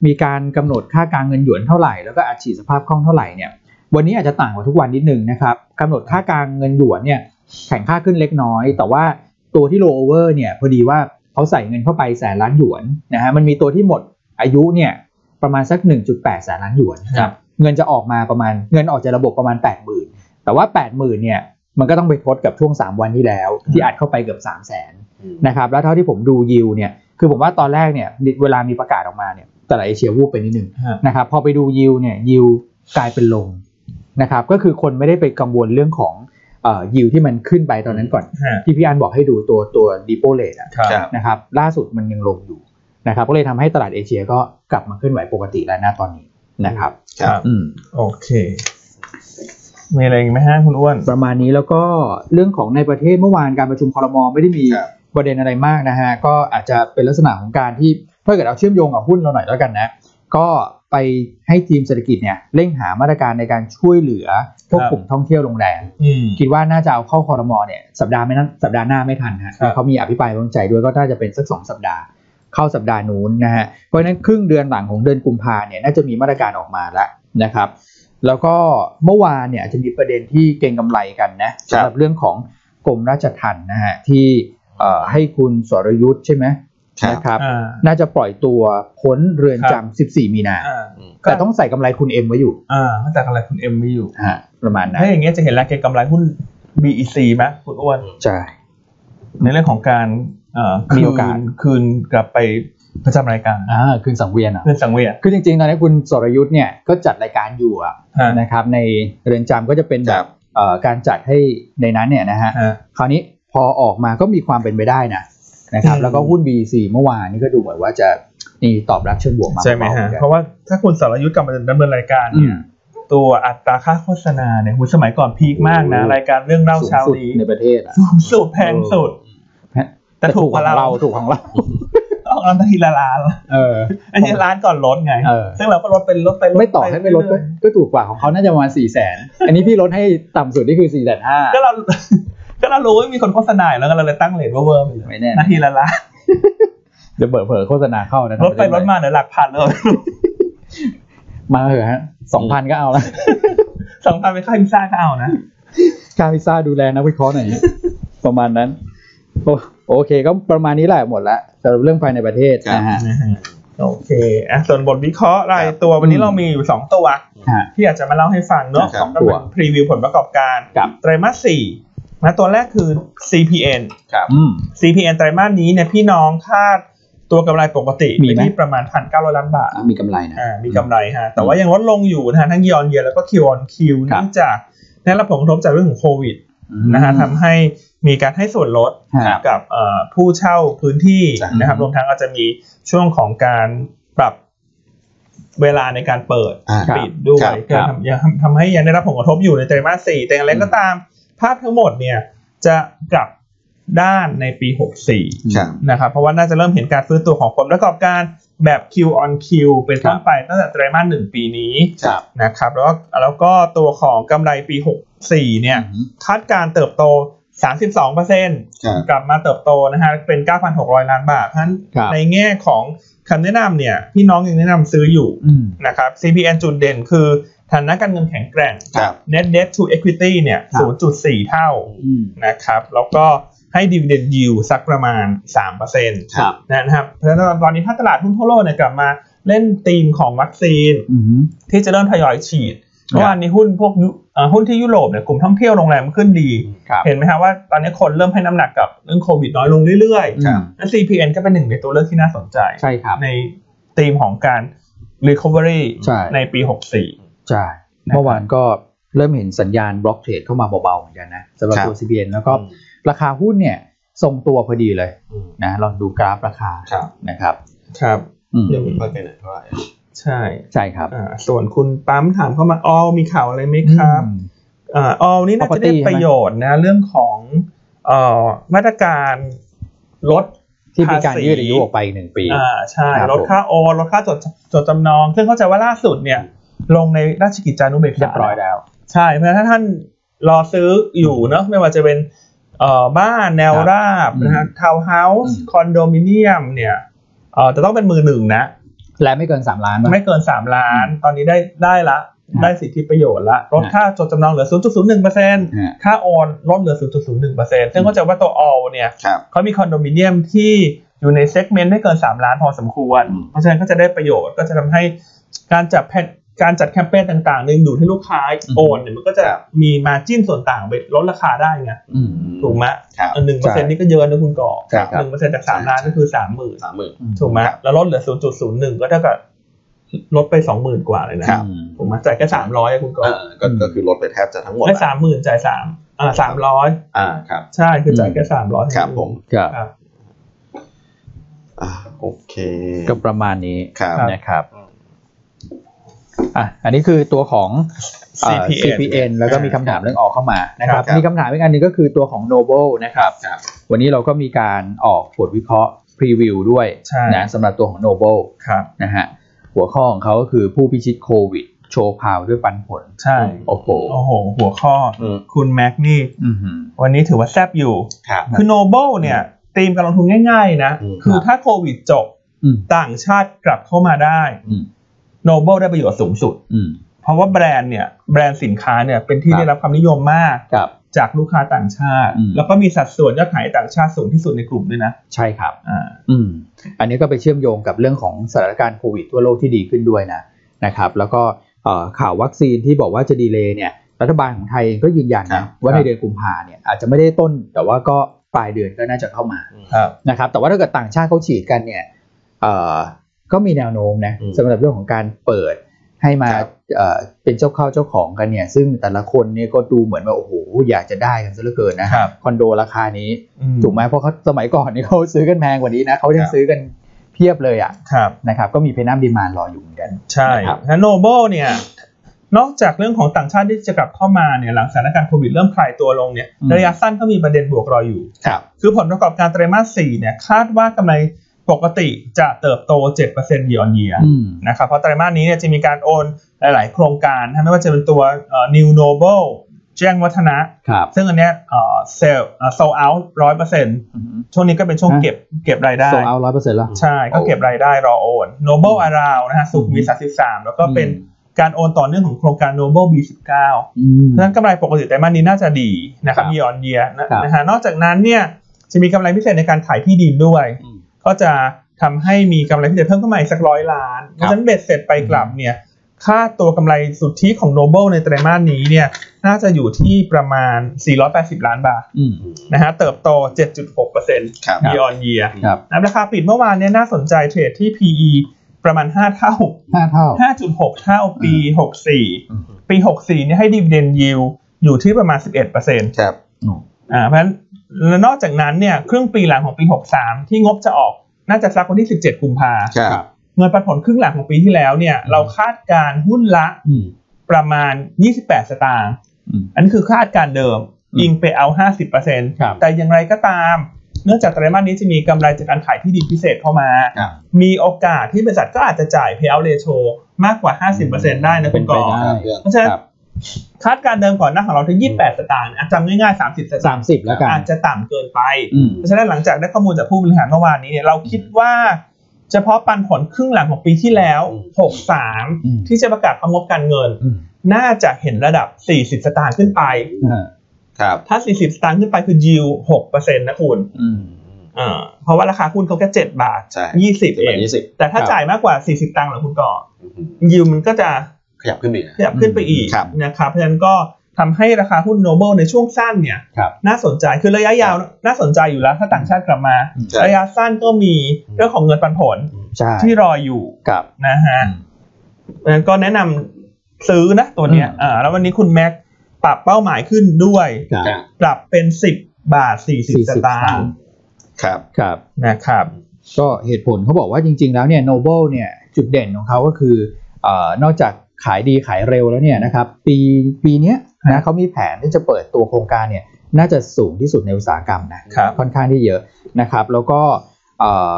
S2: มีการกำหนดค่ากลางเงินหยวนเท่าไหร่แล้วก็อัดฉีดสภาพคล่องเท่าไหร่เนี่ยวันนี้อาจจะต่างกว่าทุกวันนิดนึงนะครับกำหนดค่ากลางเงินหยวนเนี่ยแข่งค่าขึ้นเล็กน้อย แต่ว่าตัวที่โลเวอร์เนี่ยพอดีว่าเขาใส่เงินเข้าไปแสนล้านหยวนนะฮะมันมีตัวที่หมดอายุเนี่ยประมาณสัก 1.8 แสนล้านหยวนนะครับเงินจะออกมาประมาณเงินออกจากระบบประมาณ 8 0 0 0 0 แต่ว่า 8 0,000เนี่ย มันก็ต้องไปทดกับช่วง 3 วันที่แล้ว ที่อัดเข้าไปเกือบ 3 0 0แสน
S1: อืม
S2: นะครับ แล้วเท่าที่ผมดูยิวเนี่ย คือผมว่าตอนแรกเนี่ย เวลามีประกาศออกมาเนี่ย แต่ละเอเชียวูบไปนิดนึง
S3: ฮะ
S2: นะครับ พอไปดูยิวเนี่ย ยิวกลายเป็นลงนะครับ ก็คือคนไม่ได้ไปกังวลเรื่องของยิวที่มันขึ้นไปตอนนั้นก่อน
S3: ฮะ
S2: ที่พี่อันบอกให้ดูตัวตัวดีโปเลตอะ
S1: ค
S3: ค
S1: รั
S3: รับบ
S2: นะครับล่าสุดมันยังลงอยู่นะครับก็เลยทำให้ตลาดเอเชียก็กลับมาเคลื่อนไหวปกติแล้วนะตอนนี้นะครับ
S1: ครับ
S2: อืม
S3: โอเค มีอะไรอีกไหมฮะคุณอ้วน
S2: ประมาณนี้แล้วก็เรื่องของในประเทศเมื่อวานการประชุมคอรมอไม่ได้มี
S1: ครับ
S2: ประเด็นอะไรมากนะฮะก็อาจจะเป็นลักษณะของการที่ถ้าเกิดเอาเชื่อมโยงกับหุ้นเราหน่อยแล้วกันนะ ก็ไปให้ทีมเศรษฐกิจเนี่ยเร่งหามาตรการในการช่วยเหลือพวก
S3: ครับ
S2: กลุ่มท่องเที่ยวโรงแรม
S3: อืม
S2: คิดว่าน่าจะเอาเข้าคอรมอเนี่ยสัปดาห์ไม่นั้นสัปดาห์หน้าไม่ทันฮะ
S3: ครับ
S2: เขามีอภิปรายไม่ไว้วางใจด้วยก็น่าจะเป็นสักสองสัปดาห์ เข้าสัปดาห์นู้นนะฮะเพราะฉะนั้นครึ่งเดือนหลังของเดือนกุมภาเนี่ยน่าจะมีมาตรการออกมาแล้วนะครับ แล้วก็เมื่อวานเนี่ยอาจจะมีประเด็นที่เก่งกำไรกันนะครับ สำหรับเรื่องของกรมราชทัณฑ์นะฮะที่เอ่อให้คุณสรยุทธ์ใช่ไหม
S1: ครับ
S2: นะครับ
S3: อ่า
S2: น่าจะปล่อยตัวพ้นเรือน
S3: ครั
S2: จำ
S3: บ
S2: 14 มีนา
S3: อ่า ก็
S2: แต่ต้องใส่กำไรคุณเอ็มไว้อยู่
S3: อ่าตั้งแต่อะไรคุณเอ็มอยู่
S2: ฮะประมาณนั้น
S3: ถ้าอย่างเงี้ยจะเห็นแล้วเก็งกำไรหุ้น BEC ไหมคุณอ้วน
S2: ใช่
S3: ในเรื่องของการเอ่อ
S2: มี
S3: คื
S2: โอกาส
S3: นคืนกลับไปประจำรายการ
S2: อ่าคืนสังเวียนอ่ะ
S3: เพื่อนสังเวียน
S2: คือจริงๆ ตอนนี้คุณสรยุทธ์เนี่ยก็จัดรายการอยู่อะ
S3: ฮะ
S2: นะครับในเรือนจำก็จะเป็นแบ
S1: ครับ บ
S2: เอ่อการจัดให้ในนั้นเนี่ยนะฮะ
S3: ฮะ
S2: คราวนี้พอออกมาก็มีความเป็นไปได้นะนะครับ
S3: อืม
S2: แล้วก็หุ้น BC เมื่อวานนี้ก็ดูเหมือนว่าจะนี่ตอบรับเชิงบวกมา
S3: ใช่ไหม
S2: เบาๆ
S3: ฮะ
S2: เอนกัน
S3: เพราะว่าถ้าคุณสรยุทธ์กลับมาดำเนินรายการ
S2: อื
S3: เนี่ย
S2: ม
S3: ตัวอัตราค่าโฆษณาเนี่ยคุณสมัยก่อนพีคมากนะ รายการเรื่องเล่า
S2: สูง
S3: เช้า
S2: สุด
S3: นี้
S2: ในประเทศอะ
S3: สูงสุดแพงสุด
S2: ฮะ
S3: แต่ถูกก
S2: ขอ
S3: ว่าง เรา
S2: เราถูกของเรา
S3: ต้องเอาทีละล้าน
S2: เออ
S3: อันนี้ร้านก่อนลดไง
S2: เออ
S3: ซึ่งเราก็ลดเป็นลดไปลดป
S2: ไม่ต่อให้ไม่ลดก็ก็ถูกกว่าของเขาน่าจะประมาณสี่แสนอันนี้พี่ลดให้ต่ำสุดนี่คือสี่แสนห้า
S3: ก็เรา ก็เรารู้ว่ามีคนโฆษณาอยู่แล้วก็เราเลยตั้งเลทเวอร์ๆไปเลย
S2: ไม่แน่นะ
S3: นาทีละล้าน
S2: เดี๋ยวเผลอๆโฆษณาเข้านะคบ
S3: ลดไปลดมาเหลือหลักพันเลย
S2: มาเหอะฮะสองพันก็เอาละ
S3: สองพันไปค่าพิซซ่าก็เอานะ
S2: ค่าพิซซ่าดูแลนะวิเคราะห์หน่อยประมาณนั้นโอโอเคก็ประมาณนี้แหละหมดละสำหรับเรื่องภายในประเทศนะฮะ
S3: โอเคอ่ะส่วนบทวิเคราะห์รายตัววันนี้เรามีอยู่สองตัว
S2: ฮะ
S3: ที่อยากจะมาเล่าให้ฟังเนอะ
S1: ครับ
S3: ของตัวพรีวิวผลประกอบการ
S2: ครับ
S3: ไตรมาสสี่นะตัวแรกคือ CPN
S1: ครับ
S2: อืม
S3: CPN ไตรมาสนี้เนี่ยพี่น้องคาดตัวกำไรปกติ
S2: มีไหม
S3: ไปที่ประมาณ 1,900 ล้านบาท
S2: อ่ะมีกำไรนะ
S3: อ่ามีกำไรฮะ แต่ว่ายังลดลงอยู่นะฮะทั้ง year on year แล้วก็ Q on Q
S2: ครับ
S3: เนื่องจากได้รับผลกระทบจากเรื่องของโควิดนะฮะทำให้มีการให้ส่วนลด
S2: ครับ
S3: กับเอ่อผู้เช่าพื้นที่
S2: จ้ะ
S3: นะครับ
S2: อืม
S3: รวมทั้งอาจจะมีช่วงของการปรับเวลาในการเปิด
S1: อ่า
S2: ครับ
S3: ปิดด้ว
S1: ครั
S3: ย
S1: บ
S3: ก็ทำยังทำทำให้ยังได้รับผลกระทบอยู่ในไตรมาสสี่แต่อย่างไรก็ตามภาพทั้งหมดเนี่ยจะกลับด้านในปี 64
S1: ครับ
S3: นะครับเพราะว่าน่าจะเริ่มเห็นการฟื้นตัวของผลประกอบการแบบ Q on Q เป็นต้นไปตั้งแต่ไตรมาสหนึ่งปีนี้
S1: ครับ
S3: นะครับแล้วก็แล้วก็ตัวของกำไรปี 64 เนี่ยคาดการณ์เติบโต 32%เ
S1: ครับ
S3: กลับมาเติบโตนะฮะเป็น 9,600 ล้านบาทเพราะฉะนั้น
S2: ครับ
S3: ในแง่ของคำแนะนำเนี่ยพี่น้องยังแนะนำซื้ออยู่
S2: อืม
S3: นะครับ CPN จุดเด่นคือฐานะการเงินแข็งแกร่ง
S1: ครับ
S3: Net Debt to Equity เนี่ย
S2: ครับ
S3: 0.4 เท่า
S2: อืม
S3: นะครับ แล้วก็ ให้ดีเวเดนยิวสักประมาณ 3%น
S1: ครับ
S3: ะครับเพราะฉะนั้นตอนนี้ถ้าตลาดหุ้นทั่วโลกเนี่ยกลับมาเล่นธีมของวัคซีน
S2: อืม
S3: ที่จะเริ่มทยอยฉีด
S2: ครับ
S3: เมื่อวานนี้หุ้นพวกยุเอ่อหุ้นที่ยุโรปเนี่ยกลุ่มท่องเที่ยวโรงแรมขึ้นดี
S2: ครับ
S3: เห็นไหมครับว่าตอนนี้คนเริ่มให้น้ำหนักกับเรื่องโควิดน้อยลงเรื่อย
S1: ครับ
S3: ๆและ CPN ก็เป็นหนึ่งในตัวเลือกที่น่าสนใจ
S2: ใช่ครับ
S3: ในธีมของการ recovery
S2: ใช่
S3: ในปี 64
S2: ใช่เมื่อวานก็เริ่มเห็นสัญญาณบล็อกเทรดเข้ามาเบาๆเหมือนกันนะสำหรับ
S1: ครับ
S2: ตัว CBN แล้วก็ราคาหุ้นเนี่ยทรงตัวพอดีเลยนะลองดูกราฟราคา
S1: ครับ
S2: นะครับ
S3: ครับ
S2: อืม
S1: เดี๋ยวไม่ค่อยไปไหนเท่าไหร่
S3: ใช่
S2: ใช่ครับ
S3: อ่าส่วนคุณปั๊มถามเข้ามาออมีข่าวอะไรไหมครับ
S2: อืม
S3: อ่าออนี่น่าจะ
S2: Property
S3: ได้ประโยชน์นะเรื่องของเอ่อมาตรการลด
S2: ที่มีการ
S3: ภาษี
S2: ยืดอายุออกไปอีกหนึ่งปี
S3: อ่าใช่
S2: ครับ
S3: ลดค่าโอนลดค่าจดจดจำนอง ซึ่งเข้าใจว่าล่าสุดเนี่ย ลงในราชกิจจานุเบกษาใช่เพราะฉะนั้นถ้าท่านรอซื้ออยู่เนอะไม่ว่าจะเป็นเอ่อบ้านแนวราบ
S2: ครับ
S3: นะฮะทาวน์เฮาส์
S2: อืม
S3: คอนโดมิเนียมเนี่ยเอ่อจะต้องเป็นมือหนึ่งนะ
S2: และไม่เกิน 3 ล้าน
S3: ไม่เกิน 3 ล้าน ตอนนี้ได้ได้ละ
S2: ครับ
S3: ได้สิทธิประโยชน์ละลด
S2: ครับ
S3: ค่าจดจำนองเหลือ
S2: ฮะ
S3: 0.01%ค่าโอนลดเหลือ 0.01%ซึ่งเข้าใจว่าตัวออลเนี่ย
S1: ครับ
S3: เขามีคอนโดมิเนียมที่อยู่ในเซกเมนต์ไม่เกิน 3 ล้านพอสมควร
S1: อืม
S3: เพราะฉะนั้นก็จะได้ประโยชน์ก็จะทำให้การจัดแพการจัดแคมเปญต่างๆ ดึงดูดให้ลูกค้า
S2: อืม
S3: โอนเนี่ยมันก็จะมีมาจิ้นส่วนต่างไปลดราคาได้ไง
S2: อืม
S3: ถูกไหม
S1: ครับ
S3: หนึ่งเปอร์เซ็นต์นี่ก็เยอะนะคุณก่อ
S1: ครับ
S3: หนึ่งเปอร์เซ็นต์จากสามล้าน
S1: ใช่
S3: ก็คือสามหมื่น
S1: สามหมื่น
S3: ถูกไหม
S1: ครับ
S3: แล้วลดเหลือศูนย์จุดศูนย์หนึ่งก็เท่ากับลดไปสองหมื่นกว่าเลยนะครับ ถูกไหมจ่ายแค่สามร้อยคุณก่อ
S1: เออก็ก็คือลดไปแทบจะทั้งหมด
S3: ไม่สามหมื่นจ่ายสามอ่าสามร้อย
S1: อ่าครับ
S3: ใช่คือจ่ายแค่สามร้อย
S1: ครับผม
S2: ครับ
S3: ครับ
S1: อ่าโอเค
S2: ก็ประมาณนี้
S1: ครับ
S2: นะครับอ่ะอันนี้คือตัวของเอ่อ
S3: CPN
S2: CPN แล้วก็มีคำถามเรื่องออกเข้ามานะครับ
S1: ครับ
S2: มีคำถามอีกอันหนึงก็คือตัวของ Noble นะครับ
S1: ครับ
S2: วันนี้เราก็มีการออกบทวิเคราะห์พรีวิวด้วย
S3: ใช่
S2: นะสำหรับตัวของ Noble
S3: ครับ
S2: นะฮะหัวข้อของเขาก็คือผู้พิชิตโควิด โชว์พาวด้วยปันผล
S3: ใช่
S2: โอ้โห
S3: โอ้โห หัวข้อ
S1: อืม
S3: คุณแม็กนี่
S2: อือหือ
S3: วันนี้ถือว่าแซบอยู่
S1: ครับ
S3: คือโนเบิลเนี่ยธีมการลงทุนง่ายๆนะ
S1: อืม
S3: คือถ้าโควิดจบ
S2: อืม
S3: ต่างชาติกลับเข้ามาได้
S2: อืม
S3: โนเบิลได้ประโยชน์สูงสุด
S2: อืม
S3: เพราะว่าแบรนด์เนี่ยแบรนด์สินค้าเนี่ยเป็นที่
S2: ครับ
S3: ได้รับความนิยมมาก
S2: ครับ
S3: จากลูกค้าต่างชาติ
S2: อืม
S3: แล้วก็มีสัดส่วนยอดขายต่างชาติสูงที่สุดในกลุ่มด้วยนะ
S2: ใช่ครับ
S3: อ่า
S2: อืมอันนี้ก็ไปเชื่อมโยงกับเรื่องของสถานการณ์โควิดทั่วโลกที่ดีขึ้นด้วยนะนะครับ แล้วก็เอ่อข่าววัคซีนที่บอกว่าจะดีเลย์เนี่ย รัฐบาลของไทยเองก็ยืนยัน
S1: ครั
S2: นะ
S1: บ
S2: ว่าในเดือนกุมภาเนี่ยอาจจะไม่ได้ต้น แต่ว่าก็ปลายเดือนก็น่าจะเข้ามา
S3: ครับ
S2: นะครับ แต่ว่าถ้าเกิดต่างชาติเขาฉีดกันเนี่ยเอ่อก็มีแนวโน้มนะ
S1: อืม
S2: สำหรับเรื่องของการเปิดให้มา
S1: ครับ
S2: เอ่อเป็นเจ้าเข้าเจ้าของกันเนี่ย ซึ่งแต่ละคนเนี่ยก็ดูเหมือนว่าโอ้โหอยากจะได้กันซะเหลือเกินนะครับ คอนโดราคานี้
S3: อื
S2: ถูกไหมเพราะเขาสมัยก่อนนี่เขาซื้อกันแพงกว่านี้นะเขายั
S1: ค
S2: ง
S1: รับ
S2: ซื้อกันเพียบเลยอ่ะ
S3: ครับ
S2: นะครับ ก็มีเพนนัมดีมานรออยู่เหมือนกัน
S3: ใช่
S2: นะครับ
S3: และโนเบิลเนี่ย นอกจากเรื่องของต่างชาติที่จะกลับเข้ามาเนี่ยหลังสถานการณ์โควิดเริ่มคลายตัวลงเนี่ย
S2: อืม
S3: ระยะสั้นก็มีประเด็นบวกรออยู่
S2: ครับ
S3: คือผลประกอบการไตรมาสสี่เนี่ยคาดว่ากำไรปกติจะเติบโต 7% year on year
S2: อืม
S3: นะครับเพราะไตรมาสนี้เนี่ยจะมีการโอนหลาย ๆ โครงการนะไม่ว่าจะเป็นตัวเอ่อ New Noble แจ้งวัฒนะ
S2: ครับ
S3: ซึ่งอันเนี้ยเอ่อเซลโซลเอาท์ร้อยเปอร์เซ็นต์ช่วงนี้ก็เป็นช่วงเก็บเก็บรายได้
S2: โซเอาร้อยเปอร์เซ็นต์แล้ว
S3: ใช่ก็เก็บรายได้รอโอน Noble
S2: อืม
S3: Around นะฮะสุขุมวิท33 แล้วก็เป็นการโอนต่อเนื่องของโครงการ Noble B19
S2: อืม
S3: ดังนั้นกำไรปกติไตรมาสนี้น่าจะดีนะครับ
S2: ครับ
S3: year on year นะครับ นะฮะนอกจากนั้นเนี่ยจะมีกำไรพิเศษในการขายที่ดินด้วย
S2: อืม
S3: ก็จะทำให้มีกำไรพิเศษเพิ่มขึ้นมาอีกสักร้อยล้านเพราะฉะนั้นเบ็ดเสร็จไปกลับเนี่ยค่าตัวกำไรสุทธิของ Noble ในไตรมาสนี้เนี่ยน่าจะอยู่ที่ประมาณ 480 ล้านบาท
S2: อืม
S3: นะฮะเติบโต 7.6%
S1: ครับ
S3: year on year
S2: ครับ
S3: นะครับราคาปิดเมื่อวานเนี่ยน่าสนใจเทรดที่ PE ประมาณ 5 เท่า
S2: ห้าเท่า
S3: 5.6 เท่าปี
S2: อืม
S3: 64 ปี 64เนี่ยให้ดีเวเดนยิวอยู่ที่ประมาณ 11%
S1: ครับ
S3: อ่าเพราะฉะนั้นและนอกจากนั้นเนี่ยครึ่งปีหลังของปี 63 ที่งบจะออกน่าจะสักวันที่ 17 กุมภา
S1: ครับ
S3: เงินปันผลครึ่งหลังของปีที่แล้วเนี่ยเราคาดการณ์หุ้นละ
S2: อืม
S3: ประมาณ 28 สตางค์
S2: อืม
S3: อันนี้คือคาดการณ์เดิม
S2: อืม
S3: ยิงไปเอา
S2: ครับ
S3: 50%แต่อย่างไรก็ตาม เนื่องจากไตรมาสนี้จะมีกำไรจากการขายที่ดินพิเศษเข้ามา
S1: ครับ
S3: มีโอกาสที่บริษัทก็อาจจะจ่าย payout ratio มากกว่า 50%ได้นะ
S2: เป็
S3: คุ
S2: น
S3: ณ
S2: ไป
S3: ก่อ
S2: ได้
S3: เพราะฉะนั้น
S2: ครับ
S3: คาดการณ์เดิมก่อนหน้าของเราที่ 28 สตางค์อ่ะจำง่ายๆ 30 ส
S2: สา
S3: ตาง
S2: ม
S3: ค์
S2: สิบแล้วกัน
S3: อาจจะต่ำเกินไป
S2: อืม
S3: เพราะฉะนั้นหลังจากได้ข้อมูลจากผู้บริหารเมื่อวานนี้เนี่ยเราคิดว่า เฉพาะปันผลครึ่งหลังของปีที่แล้ว
S1: อืม
S2: อืม
S3: 63 ที่จะประกาศความงบการเงิน
S2: อืม
S3: น่าจะเห็นระดับ 40 สตางค์ขึ้นไป
S2: อ่า
S1: ครับ
S3: ถ้า 40 สตางค์ขึ้นไปคือยิว6%นะคุณ
S2: อืม
S3: อ่าเพราะว่าราคาหุ้นเขาแค่7บาท
S1: ใช่
S3: 20
S1: สิ
S3: เอบ
S1: บาง ทยี่สิบ
S3: แต่ถ้า
S2: ครับ
S3: จ่ายมากกว่า 40 ตังค์เหรอคุณก่อ
S1: อื้อหือ
S3: ยิวมันก็จะ
S1: ขยับขึ้นไปอีกนะ
S3: ขยับขึ้นไปอีก
S1: ครับ
S3: นะครับ เพราะฉะนั้นก็ทำให้ราคาหุ้นโนเบิลในช่วงสั้นเนี่ย
S2: ครับ
S3: น่าสนใจคือระยะยาวน่าสนใจอยู่แล้วถ้าต่างชาติกลับมา
S1: ใช่
S3: ระยะสั้นก็มีเรื่องของเงินปันผล
S2: ใช่
S3: ที่รออยู่
S2: กับ
S3: นะฮะ เพราะฉะนั้นก็แนะนำซื้อนะตัวเนี้ย
S2: อืม
S3: อ่าแล้ววันนี้คุณแม็กปรับเป้าหมายขึ้นด้วย
S2: ครับ
S1: ครับ
S3: ปรับเป็น 10 บาท 40 สตางค์
S1: ครับ
S2: ครับ
S3: นะครับ
S2: ก็เหตุผลเขาบอกว่าจริง ๆ แล้วเนี่ยโนเบิลเนี่ยจุดเด่นของเขาก็คือเออนอกจากขายดีขายเร็วแล้วเนี่ยนะครับปีปีเนี้ย
S3: ครั
S2: นะ
S3: บ
S2: เขามีแผนที่จะเปิดตัวโครงการเนี่ยน่าจะสูงที่สุดในอุตสาหกรรมนะครับ ค่อนข้างที่เยอะนะครับแล้วก็เอ่อ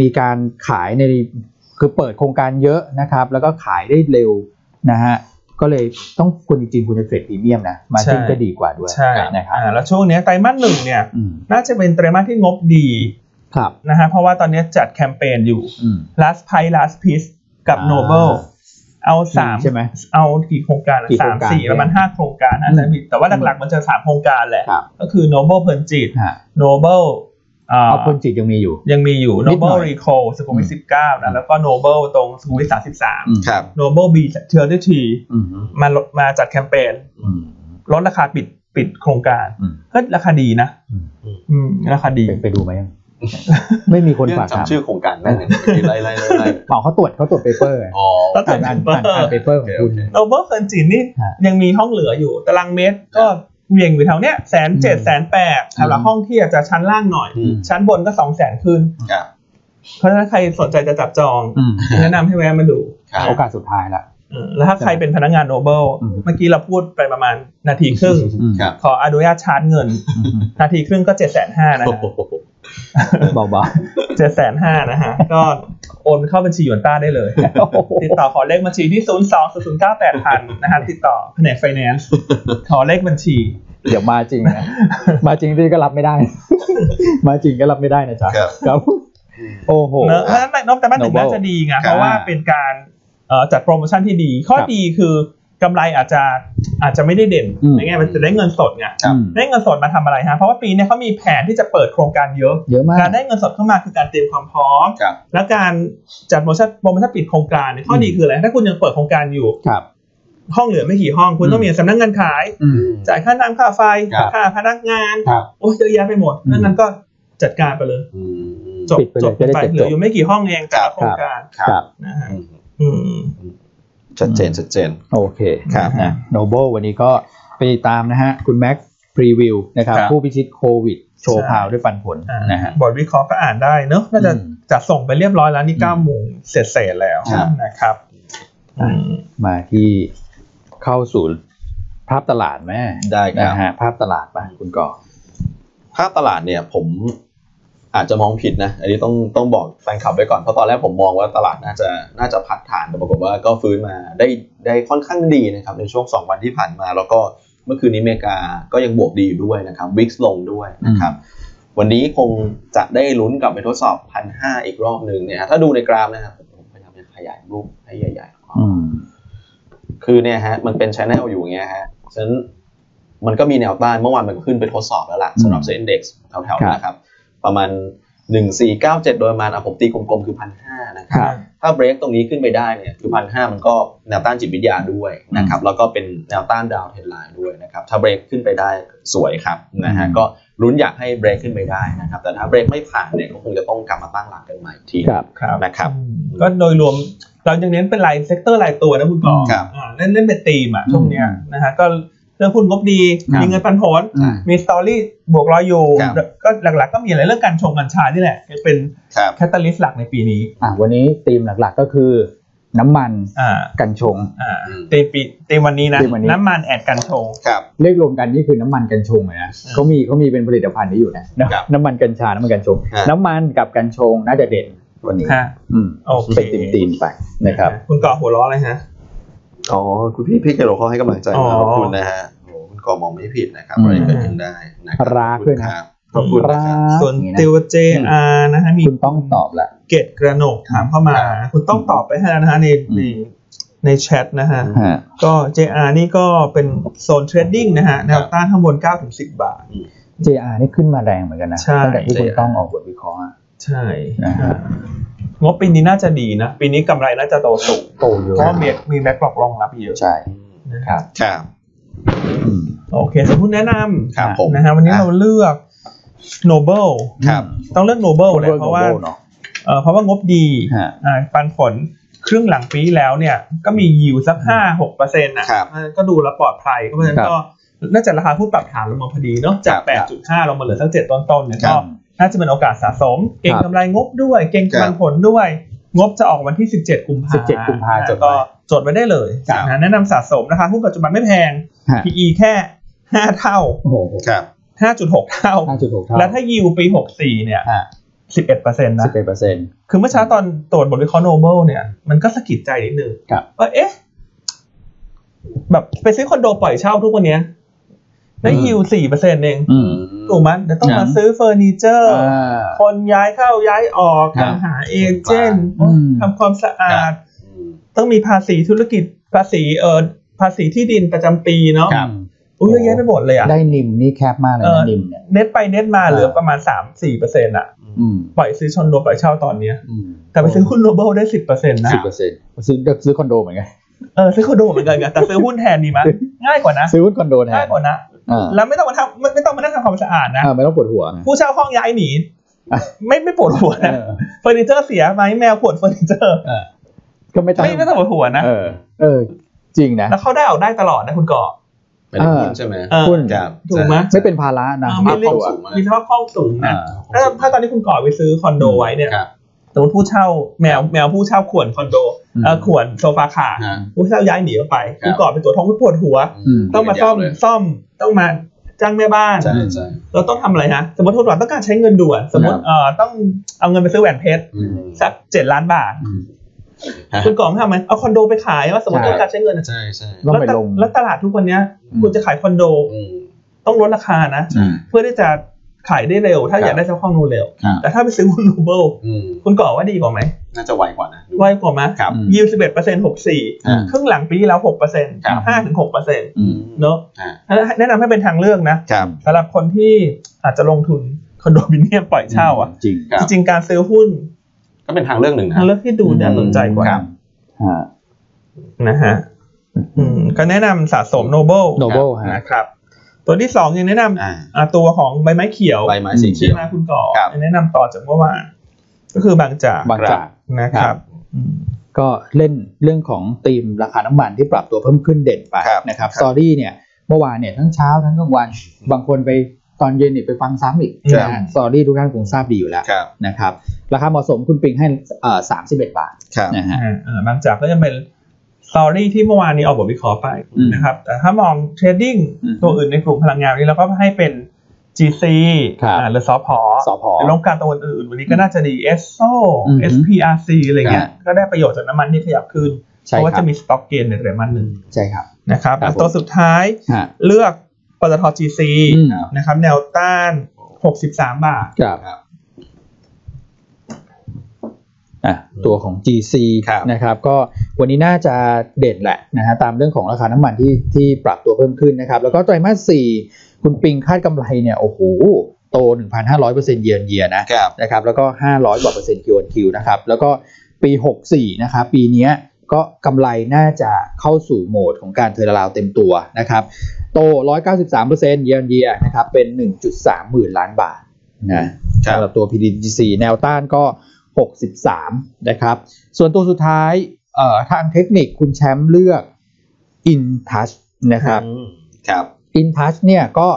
S2: มีการขายในคือเปิดโครงการเยอะนะครับแล้วก็ขายได้เร็วนะฮะก็เลยต้องคุณจริงๆคุณจะเทรดพรีเมียมนะมาจิ้น
S3: ใช่
S2: ก็ดีกว่าด้วย
S3: ใช่
S2: นะครับ
S3: อ่าแล้วช่วงเนี้ยไตรมาสหนึ่งเนี่ย
S2: อืม
S3: น่าจะเป็นไตรมาสที่งบดี
S2: ครับ
S3: นะฮะเพราะว่าตอนเนี้ยจัดแคมเปญอยู่
S2: อืม
S3: last pie last piece กับ
S2: อ่า
S3: noble เอาสาม
S2: ใช่ไหม
S3: เอากี่โครงการอะ
S2: กี่โค
S3: สา
S2: รง
S3: ม
S2: การ
S3: สี่ประมาณห้าโครงการนะ
S2: อืม
S3: อาจารย์ผิดแต่ว่าหลักๆมันจะสามโครงการแหละ
S2: ครับ
S3: ก็คือ noble เพลินจิต
S2: ฮะ
S3: noble อ่า
S2: เอาคนจิตยังมีอยู่
S3: ยังมีอยู่
S2: นิดหน่อย
S3: Noble Recall สุขุมวิท
S2: อืม
S3: 19นะแล้วก็ Noble ตรงสุขุมวิท
S2: อืม
S1: ครับ
S3: 33 Noble B เทียร์ที
S2: อืม
S3: มาลดมาจัดแคมเปญ
S2: อืม
S3: ลดราคาปิดปิดโครงการ
S2: อืม
S3: ก็ราคาดีนะ
S2: อืม
S3: อืมราคาดี
S2: ไปไปดูไหมยัง ไม่มีคน
S1: เรื่อง
S2: ฝากถาม
S1: จำชื่อโครงการได้เลยนะไล่ไล่ไล่ไล่
S2: เปล่าเขาตรวจเขาตรวจเปเปอร์
S1: อ๋อ
S3: แล้วแต่
S2: อ่านอ่านอ่านอ่านเปเปอร์ของ
S1: โอ
S2: คุณ
S1: เค
S3: Noble เคินจีนนี่
S2: ฮะ
S3: ยังมีห้องเหลืออยู่ ตารางเมตรก็เวียงอยู่แถวเนี้ยแสนเจ็ด
S2: อืม
S3: แสนแปดแถวละห้องที่อาจจะชั้นล่างหน่อย
S1: อืม
S3: ชั้นบนก็สองแสนขึ้น
S1: ครับ
S3: เพราะฉะนั้นใครสนใจจะจับจอง
S2: อืม
S3: แนะนำให้แวะมาดู
S1: ครับ
S2: โอกาสสุดท้ายละ
S3: เออแล้วถ้าใครเป็นพนักงานโนเบิล
S2: อืม
S3: เมื่อกี้เราพูดไปประมาณนาทีครึ่ง
S2: อืม
S1: ครับ
S3: ขออนุญาตชาร์จเงิน
S2: อืม
S3: นาทีครึ่งก็เจ็ดแสนห้านะ
S1: โอ้
S3: ฮะ
S1: โห
S2: เบา
S3: เจ็ดแสนห้านะฮะ ก็โอนเข้าบัญชีหยวนต้าได้เลย ติด
S2: ๆ
S3: ต่อขอเลขบัญชีที่ 0 2 0 0 9 8 0 0นะฮะติดต่อแผนกไฟแนนซ์ขอเลขบัญชี
S2: เดี๋ยวมาจริงนะมาจริงที่ก็รับไม่ได้ มาจริงก็รับไม่ได้นะจ๊ะ
S1: ครับ
S2: ครับโอ้โห
S3: เนอะเพราะฉะนั้นนอกจากนั้นถึงน่าจะดี
S1: ค
S3: ไง
S1: รับ
S3: เพราะว่าเป็นการเอ่อจัดโปรโมชั่นที่ดี ข้อ
S2: ครับ
S3: ดีคือกำไรอาจจะอาจจะไม่ได้เด่น
S2: อืม
S3: ในแง่มันจะได้เงินสดไง
S1: ครับ
S2: อืม
S3: ได้เงินสดมาทำอะไรฮะเพราะว่าปีเนี้ยเขามีแผนที่จะเปิดโครงการเยอะ
S2: เยอะมาก
S3: การได้เงินสดเข้ามาคือการเตรียมความพร้อม
S1: ครับ
S3: และการจัดโปรโมชั่นโปรโมชั่นปิดโครงการเนี่ยข้อดี
S2: อืม
S3: คืออะไร ถ้าคุณยังเปิดโครงการอยู่
S2: ครับ
S3: ห้องเหลือไม่กี่ห้อง คุณ
S2: อืม
S3: ต้องมีสำนักงานขาย
S2: อืม
S3: จ่ายค่าน้ำค่าไฟ
S1: ครับ
S3: ค่าพนักงาน
S2: ครับ
S3: โอ้ยเยอะแยะไปหมด
S2: อืม
S3: ดังนั้นก็จัดการไปเลย
S1: อืม
S3: จบ
S2: ปิดไปเลย
S3: จบ
S2: จะได้
S3: ไป
S2: จบ
S3: เหลืออยู่ไม่กี่ห้องเองจากโครงการ
S2: ครับ
S3: นะฮะ
S1: อืม
S3: อืม
S1: ชัดเจนชัดเจน
S2: โอเค
S1: ครับ
S2: นะโนเบิลวันนี้ก็ไปติดตามนะฮะ คุณแม็กพรีวิวนะครับ
S3: ครับ
S2: ผู้พิชิตโควิด โชว์
S3: ใช่
S2: พาวด้วยปันผล
S3: อ่า
S2: นะฮะ
S3: บทวิเคราะห์ก็อ่านได้เนอะน่าจะ
S2: อืม
S3: จัดส่งไปเรียบร้อยแล้วนี่
S2: อืม
S3: เก้าโมงเสร็จเสร็จๆแล้ว
S1: ครับ
S3: นะครับ
S2: อ่ะ
S3: อืม
S2: มาที่เข้าสู่ภาพตลาดแม่
S1: ได้ครับ
S2: นะฮะภาพตลาดไปคุณก่อ
S1: ภาพตลาดเนี่ยผมอาจจะมองผิดนะ อันนี้ต้องต้องบอกแฟนคลับไว้ก่อน เพราะตอนแรกผมมองว่าตลาดน่าจะน่าจะพักฐานแต่ปรากฏว่าก็ฟื้นมาได้ได้ค่อนข้างดีนะครับในช่วง 2 วันที่ผ่านมา แล้วก็เมื่อคืนนี้อเมริกาก็ยังบวกดีอยู่ด้วยนะครับวิกลงด้วยนะครับ วันนี้คงจะได้ลุ้นกลับไปทดสอบพันห้าอีกรอบหนึ่งเนี่ยฮะถ้าดูในกราฟนะครับผมพยายามจะขยายรูปให้ใหญ่ๆ
S2: อืม
S1: คือเนี่ยฮะมันเป็นชแนลอยู่อย่างเงี้ยฮะฉะนั้นมันก็มีแนวต้านเมื่อวานมันก็ขึ้นไปทดสอบแล้วล่ะสำหรับเซ็นดี x แถวๆนะครับ ประมาณ 1497 โดยประมาณอ่ะผมตีกลมๆคือพันห้านะค
S2: ค
S1: รั
S2: รั
S1: บ
S2: บ
S1: ถ้าเบรกตรงนี้ขึ้นไปได้เนี่ยคือพันห้ามันก็แนวต้านจิตวิทยาด้วยนะครับแล้วก็เป็นแนวต้านดาวเทนไลน์ด้วยนะครับถ้าเบรกขึ้นไปได้สวยครับนะฮะ
S2: อืม
S1: ก็ลุ้นอยากให้เบรกขึ้นไปได้นะครับแต่ถ้าเบรกไม่ผ่านเนี่ยก็คงจะต้องกลับมาตั้งหลักกันใหม่อีกที
S2: ครับ
S3: ครับ
S1: นะครับ
S3: อืมก็โดยรวมเรายังเน้นเป็นรายเซกเตอร์รายตัวนะคุณกอ
S1: ครับ
S3: อ่าเล่นเล่นเป็นธีมอ่ะช่วงเนี้ยนะฮะก็เรื่องหุ้นงบดี
S2: ครับ
S3: มีเงินปันผล
S2: อืม
S3: มีสตอรี่บวกร้อยอยู่
S1: ครับ
S3: ก็หลักๆก็มีอะไรเรื่องการชงกัญชานี่แหละเป็น
S1: ครับ
S3: แคตตาลิสต์หลักในปีนี้
S2: อ่ะวันนี้ธีมหลักๆก็คือ น้ำมัน
S3: อ่า
S2: กันชง
S3: อ่า
S1: อืม
S3: ตีมปีตีมวันนี้นะ
S2: ธีมวันนี้
S3: น้ำมันแอดการชง
S1: ครับ
S2: เรียกรวมกันนี่คือน้ำมันกัญชงเลยนะเขามีเขามีเป็นผลิตภัณฑ์นี้อยู่นะ นะครับ น้ำมันกัญชา น้ำมันกัญชง
S1: ฮะ
S2: น้ำมันกับกัญชงน่าจะเด่นวันนี้
S3: ฮะ
S2: อืม
S3: โอเค
S2: เป็นธีมๆไปนะครับ
S3: คุณก่อหัวล้ออะไรฮะ
S1: อ๋อคุณพี่พี่เกโรเขาให้กำลังใจ
S3: อ๋อ
S1: มาขอบคุณนะฮะโอ้คุณกอมองไม่ผิดนะครับ
S2: อืม
S1: อะไรเกิดขึ้นได้นะคบ
S2: รักด้วยนะ
S1: ขอบคุณนะ
S2: รา
S1: ครับ
S3: ส่วน
S2: อย่าง
S3: ติ
S2: นี้
S3: วเจอาร์นะฮะมี
S2: นะคุณต้องตอบละ
S3: เกตกระหนกถามเข้ามา คุณต้องตอบไปให้แล้วนะฮะในใน ในแชทนะฮะ
S2: ฮะ
S3: ก็ JR นี่ก็เป็นโซนเทรดดิ้งนะฮะแนวต้านข้างบน9ถึง10 บาท
S2: JR นี่ขึ้นมาแรงเหมือนกันนะ
S3: ใช่
S2: ตั้งแต่ที่คุณ
S1: JR
S2: ต้องออกบทวิเคราะห์อะ
S3: ใช่
S2: นะฮะ
S3: งบปีนี้น่าจะดีนะ ปีนี้กำไรน่าจะโตสูง
S2: โตเยอะ
S3: เพราะว่ามีมีแบ็กกรอกรองรับเยอะ
S2: ใช่
S3: นะครับ
S1: ครับ
S2: อืม
S3: โอเคสำหรับหุ้นแนะน
S1: ครับผม
S3: ำนะฮะวันนี้เราเลือก Noble
S1: ครับ
S3: ต้องเลือก Noble เล
S2: Global
S3: ยเพราะว่า
S2: เนอะ
S3: เอ่อเพราะว่างบดี
S2: ฮะ
S3: อ่าปันผลครึ่งหลังปีที่แล้วเนี่ย ก็มียิวสักห้าหกเปอร์เซ็นต์นะครับ มันก็ดูแลวปลอดภัยก็เพราะฉะนั้นก็น่าจะราคาหุ้นปรับฐานลงมาพอดีเนาะจาก
S1: ครับ
S3: 8.5 ลงมาเหลือสัก 7 ต้นๆเนี่ย
S1: ครั
S3: ก็
S1: บ
S3: น่าจะเป็นโอกาสสะสม เก่ง
S2: ครับ
S3: กำไรงบด้วย เก่ง
S1: ครับ
S3: ปันผลด้วย งบจะออกวันที่ 17 กุมภาพันธ์
S2: 17กุมภาพันธ์จดไว้
S3: ก็จดไว้ได้เลย
S1: ครับ
S3: นะแนะนำสะสมนะคะหุ้นปัจจุบันไม่แพง
S2: ฮะ
S3: PE แค่ 5 เท่า
S2: โอ้โห
S1: ครับ
S3: 5.6 เท่า
S2: 5.6เท่า
S3: และถ้ายิวปี 64 เนี่ย
S2: ฮะ
S3: 11%นะ
S2: 11เปอร์เซ็นต์
S3: คือเมื่อเช้าตอนตรวจบทวิเคราะห์โนเบิลเนี่ยมันก็สะกิดใจนิดนึง
S2: ครับ
S3: ว่าเอ๊ะ แบบไปซื้อคอนโดปล่อยเช่าทุกวันเนี้ยได้
S1: อืม
S3: ยิวสี่เปอร์เซ็นต์เอง
S2: อืม
S3: ถูกไหมเดี๋ยวต้องมา
S2: นะ
S3: ซื้อเฟอร์นิเจอร์
S2: อ่า
S3: คนย้ายเข้าย้ายออก
S2: ครับ
S3: ต้องหาเอเจนต์
S2: อืม
S3: ทำความสะอาด
S1: อืม
S3: ต้องมีภาษีธุรกิจภาษีเออภาษีที่ดินประจำปีเนาะ
S1: ครับ
S3: อุ้ยเยอะแยะไปหมดเลยอ่ะ
S2: ได้นิมนี่แคบมากเลย
S3: เออ
S2: นะนิมเนี่ย
S3: เน็ตไปเน็ตมาเหลือ
S2: เออ
S3: ประมาณสามสี่เปอร์เซ็นต์อ่ะ
S2: อืม
S3: ปล่อยซื้อชนโดปล่อยเช่าตอนเนี้ย
S2: อืม
S3: แต่ไปซื้อหุ้นโนเบิลได้สิบเปอร์เซ็นต์นะ
S2: สิบเปอร์เซ็นต์ซื้อซื้อคอนโดเหมือนกัน
S3: เออซื้อคอนโดเหมือนกันไงแต่ซื้อหุ้นแทนดีไหมง่ายกว่านะ
S2: ซื้อหุ้นคอนโดแท
S3: ง่าน ยกว่านะ
S2: อ่า
S3: แล้วไม่ต้องมาทำไม่ไม่ต้องมานั่งทำความสะอาดนะ
S2: อ่าไม่ต้องปวดหัวนะ
S3: ผู้เช่าห้องย้ายหนี
S2: อ่ะ
S3: ไม่ไม่ปวดหัวนะ
S2: เออ
S3: เฟอร์นิเจอร์เสียไหมแมวขวดเฟอร์นิเจอร์
S2: เออก็ไม่ต้อง
S3: ไม่ไม่ต้องปวดหัวนะ
S2: เออ เออ จริงนะ
S3: แล้วเข้าได้ออกได้ตลอดนะคุณก่อ
S1: เป็นหุ้นใช่ไหม
S3: เออ
S2: หุ้น
S1: ครับ
S3: ถูกไหม
S2: ไม่เป็นภาระนะ
S3: อ่า
S1: มีค
S3: ไม่เล่
S1: วาน มสูงมาก
S3: มีสภาพคล่องสูงนะ
S2: อ่า
S3: ถ้าถ้าตอนนี้คุณก่อไปซื้อคอนโดไว้เนี่ย
S1: ครับ
S3: สมมติผู้เช่าแมวแมวผู้เช่าขวนคอนโดเออ
S2: อืม
S3: ขวนโซฟาขาด
S1: ฮะ
S3: ผู้เช่าย้ายหนีออกไป
S1: ครับ
S3: คุณก่อเป็นตัวท้องปวดหัว
S2: อืม
S3: ต้องมาซ่อม
S1: เลย
S3: ซ่อมต้องมาจ้างแม่บ้าน
S1: ใช่ใช่
S3: เราต้องทำอะไรฮะ สมมติทุนหวังต้องการใช้เงินด่วน สมม
S2: ค
S3: ติ
S2: รับ
S3: เอ่อต้องเอาเงินไปซื้อแหวนเพชร
S1: อืม
S3: สักเจ็ดล้านบาท
S1: อืมฮะ
S3: คุณกล่องทำไหมเอาคอนโดไปขายว่าสมมติต้องการใช้เงินอะ
S1: ใช่ใช่
S2: ต้อง
S3: แล้ว
S2: ไป
S3: ตะ
S2: ลง
S3: แล้วตลาดทุกวันเนี้ย
S2: อืม
S3: คุณจะขายคอนโด
S1: อืม
S3: ต้องลดราคานะ
S2: อืม
S3: เพื่อที่จะขายได้เร็ว ถ้า
S1: ครับ
S3: อยากได้เจ้าของโนเร็ว
S2: ครับ
S3: แต่ถ้าไปซื้อหุ้นรูเบิล
S1: อืม
S3: คุณก่อว่าดีกว่าไหม
S1: น่าจะไวกว่านะดู
S3: ไวกว่าไหม
S1: ครับ
S2: อืม
S3: ยิวสิบเอ็ดเปอร์เซ็นต์หกสี่
S2: อืม
S3: ครึ่งหลังปีที่แล้วหกเปอร์เซ็นต์
S1: ครับ
S3: ห้าถึงหกเปอร์เซ็นต์
S2: อืม
S3: เนอะ
S1: ฮะ
S3: แนะนำให้เป็นทางเลือกนะครับ สำหรับคนที่อาจจะลงทุนคอนโดมิเนียมปล่อยเช่าอ่ะ
S2: จริง
S1: ครับ
S3: จริงๆการซื้อหุ้น
S1: ก็เป็นทางเรื่องหนึ่งนะ
S3: ทางเลือกที่ดูน่าสนใจกว่า
S1: ครับ
S2: ฮะ
S3: นะฮะอืมก็แนะนำสะสมโนเบิล
S2: Noble ฮะ
S3: นะครับ ตัวที่สองยังแนะนำ
S1: อ่า
S3: อ่าตัวของใบไม้เขียว
S1: ใบไม้สีเขี
S3: ใช่
S1: ยว
S3: ไหมคุณก่อ
S1: ครับ
S3: ยังแนะนำต่อจากเมื่อวานก็คือบางจาก
S2: บางจาก
S3: นะครับอืม
S2: ก็เล่นเรื่องของธีมราคาน้ำมันที่ปรับตัวเพิ่มขึ้นเด่นไป
S1: ครับ
S2: นะครับ
S1: ครั
S2: ส
S1: บ
S2: ตอรี่เนี่ยเมื่อวานเนี่ยทั้งเช้าทั้งกลางวัน บางคนไปตอนเย็นเนี่ยไปฟังซ้ำอีก
S1: ครับ
S2: นะฮะสตอรี่ทุกท่านคงทราบดีอยู่แล้ว
S1: ครับ
S2: นะครับ ราคาเหมาะสมคุณปิงให้เอ่อ31 บาท
S1: ครับ
S2: นะฮะ
S3: อ่าอ่าบางจากก็จะเป็นสตอรี่ที่เมื่อวานนี้ออกบทวิเคราะห์ไป
S2: อืม
S3: นะครับ แต่ถ้ามองเทรดดิ้ง
S2: อืม
S3: ตัวอื่นในกลุ่มพลังงานนี้เราก็ให้เป็น GC
S2: ครับ
S3: อ่าหรือสอพอ
S2: สพ
S3: ลงการตัวอื่นๆวันนี้ก็น่าจะดี s o
S2: อือฮึ
S3: SPRC อะไรเงี้
S2: ค
S3: ย
S2: รับ
S3: ก็ได้ประโยชน์จากน้ำมันที่ขยับขึ้น เพ
S2: ใช่
S3: ราะว่า
S2: ครั
S3: จะ
S2: บ
S3: มีสต็อกเกนในไตรมาสหนึ่ง
S2: ใช่ครับ
S3: นะครับ
S2: ครับ
S3: ตัวสุดท้าย
S2: ฮะ
S3: เลือกปตท GC
S2: อืม
S3: นะครับ แนวต้าน 63 บาท
S2: ครับ อ่ะตัวของ GC
S1: ครับ
S2: นะครับก็วันนี้น่าจะเด่นแหละนะฮะตามเรื่องของราคาน้ำมันที่ที่ปรับตัวเพิ่มขึ้นนะครับ แล้วก็ไตรมาสสี่คุณปิงคาดกำไรเนี่ยโอ้โหโต 1,500%เยียนเยียนะ
S1: ครับ
S2: นะครับแล้วก็ 500กว่าเปอร์เซ็นต์ Q1Q นะครับแล้วก็ปี 64 นะครับปีเนี้ยก็กำไรน่าจะเข้าสู่โหมดของการเทอร์ราวเต็มตัวนะครับโต 193%เยียนเยียนะครับเป็น 1.3 หมื่นล้านบาทนะ
S1: ครับ
S2: สำหรับตัว PDGC แนวต้านก็ 63 นะครับ ส่วนตัวสุดท้ายเอ่อทางเทคนิคคุณแชมป์เลือก InTouch นะครับ
S1: อืมครับ
S2: InTouch เนี่ยก็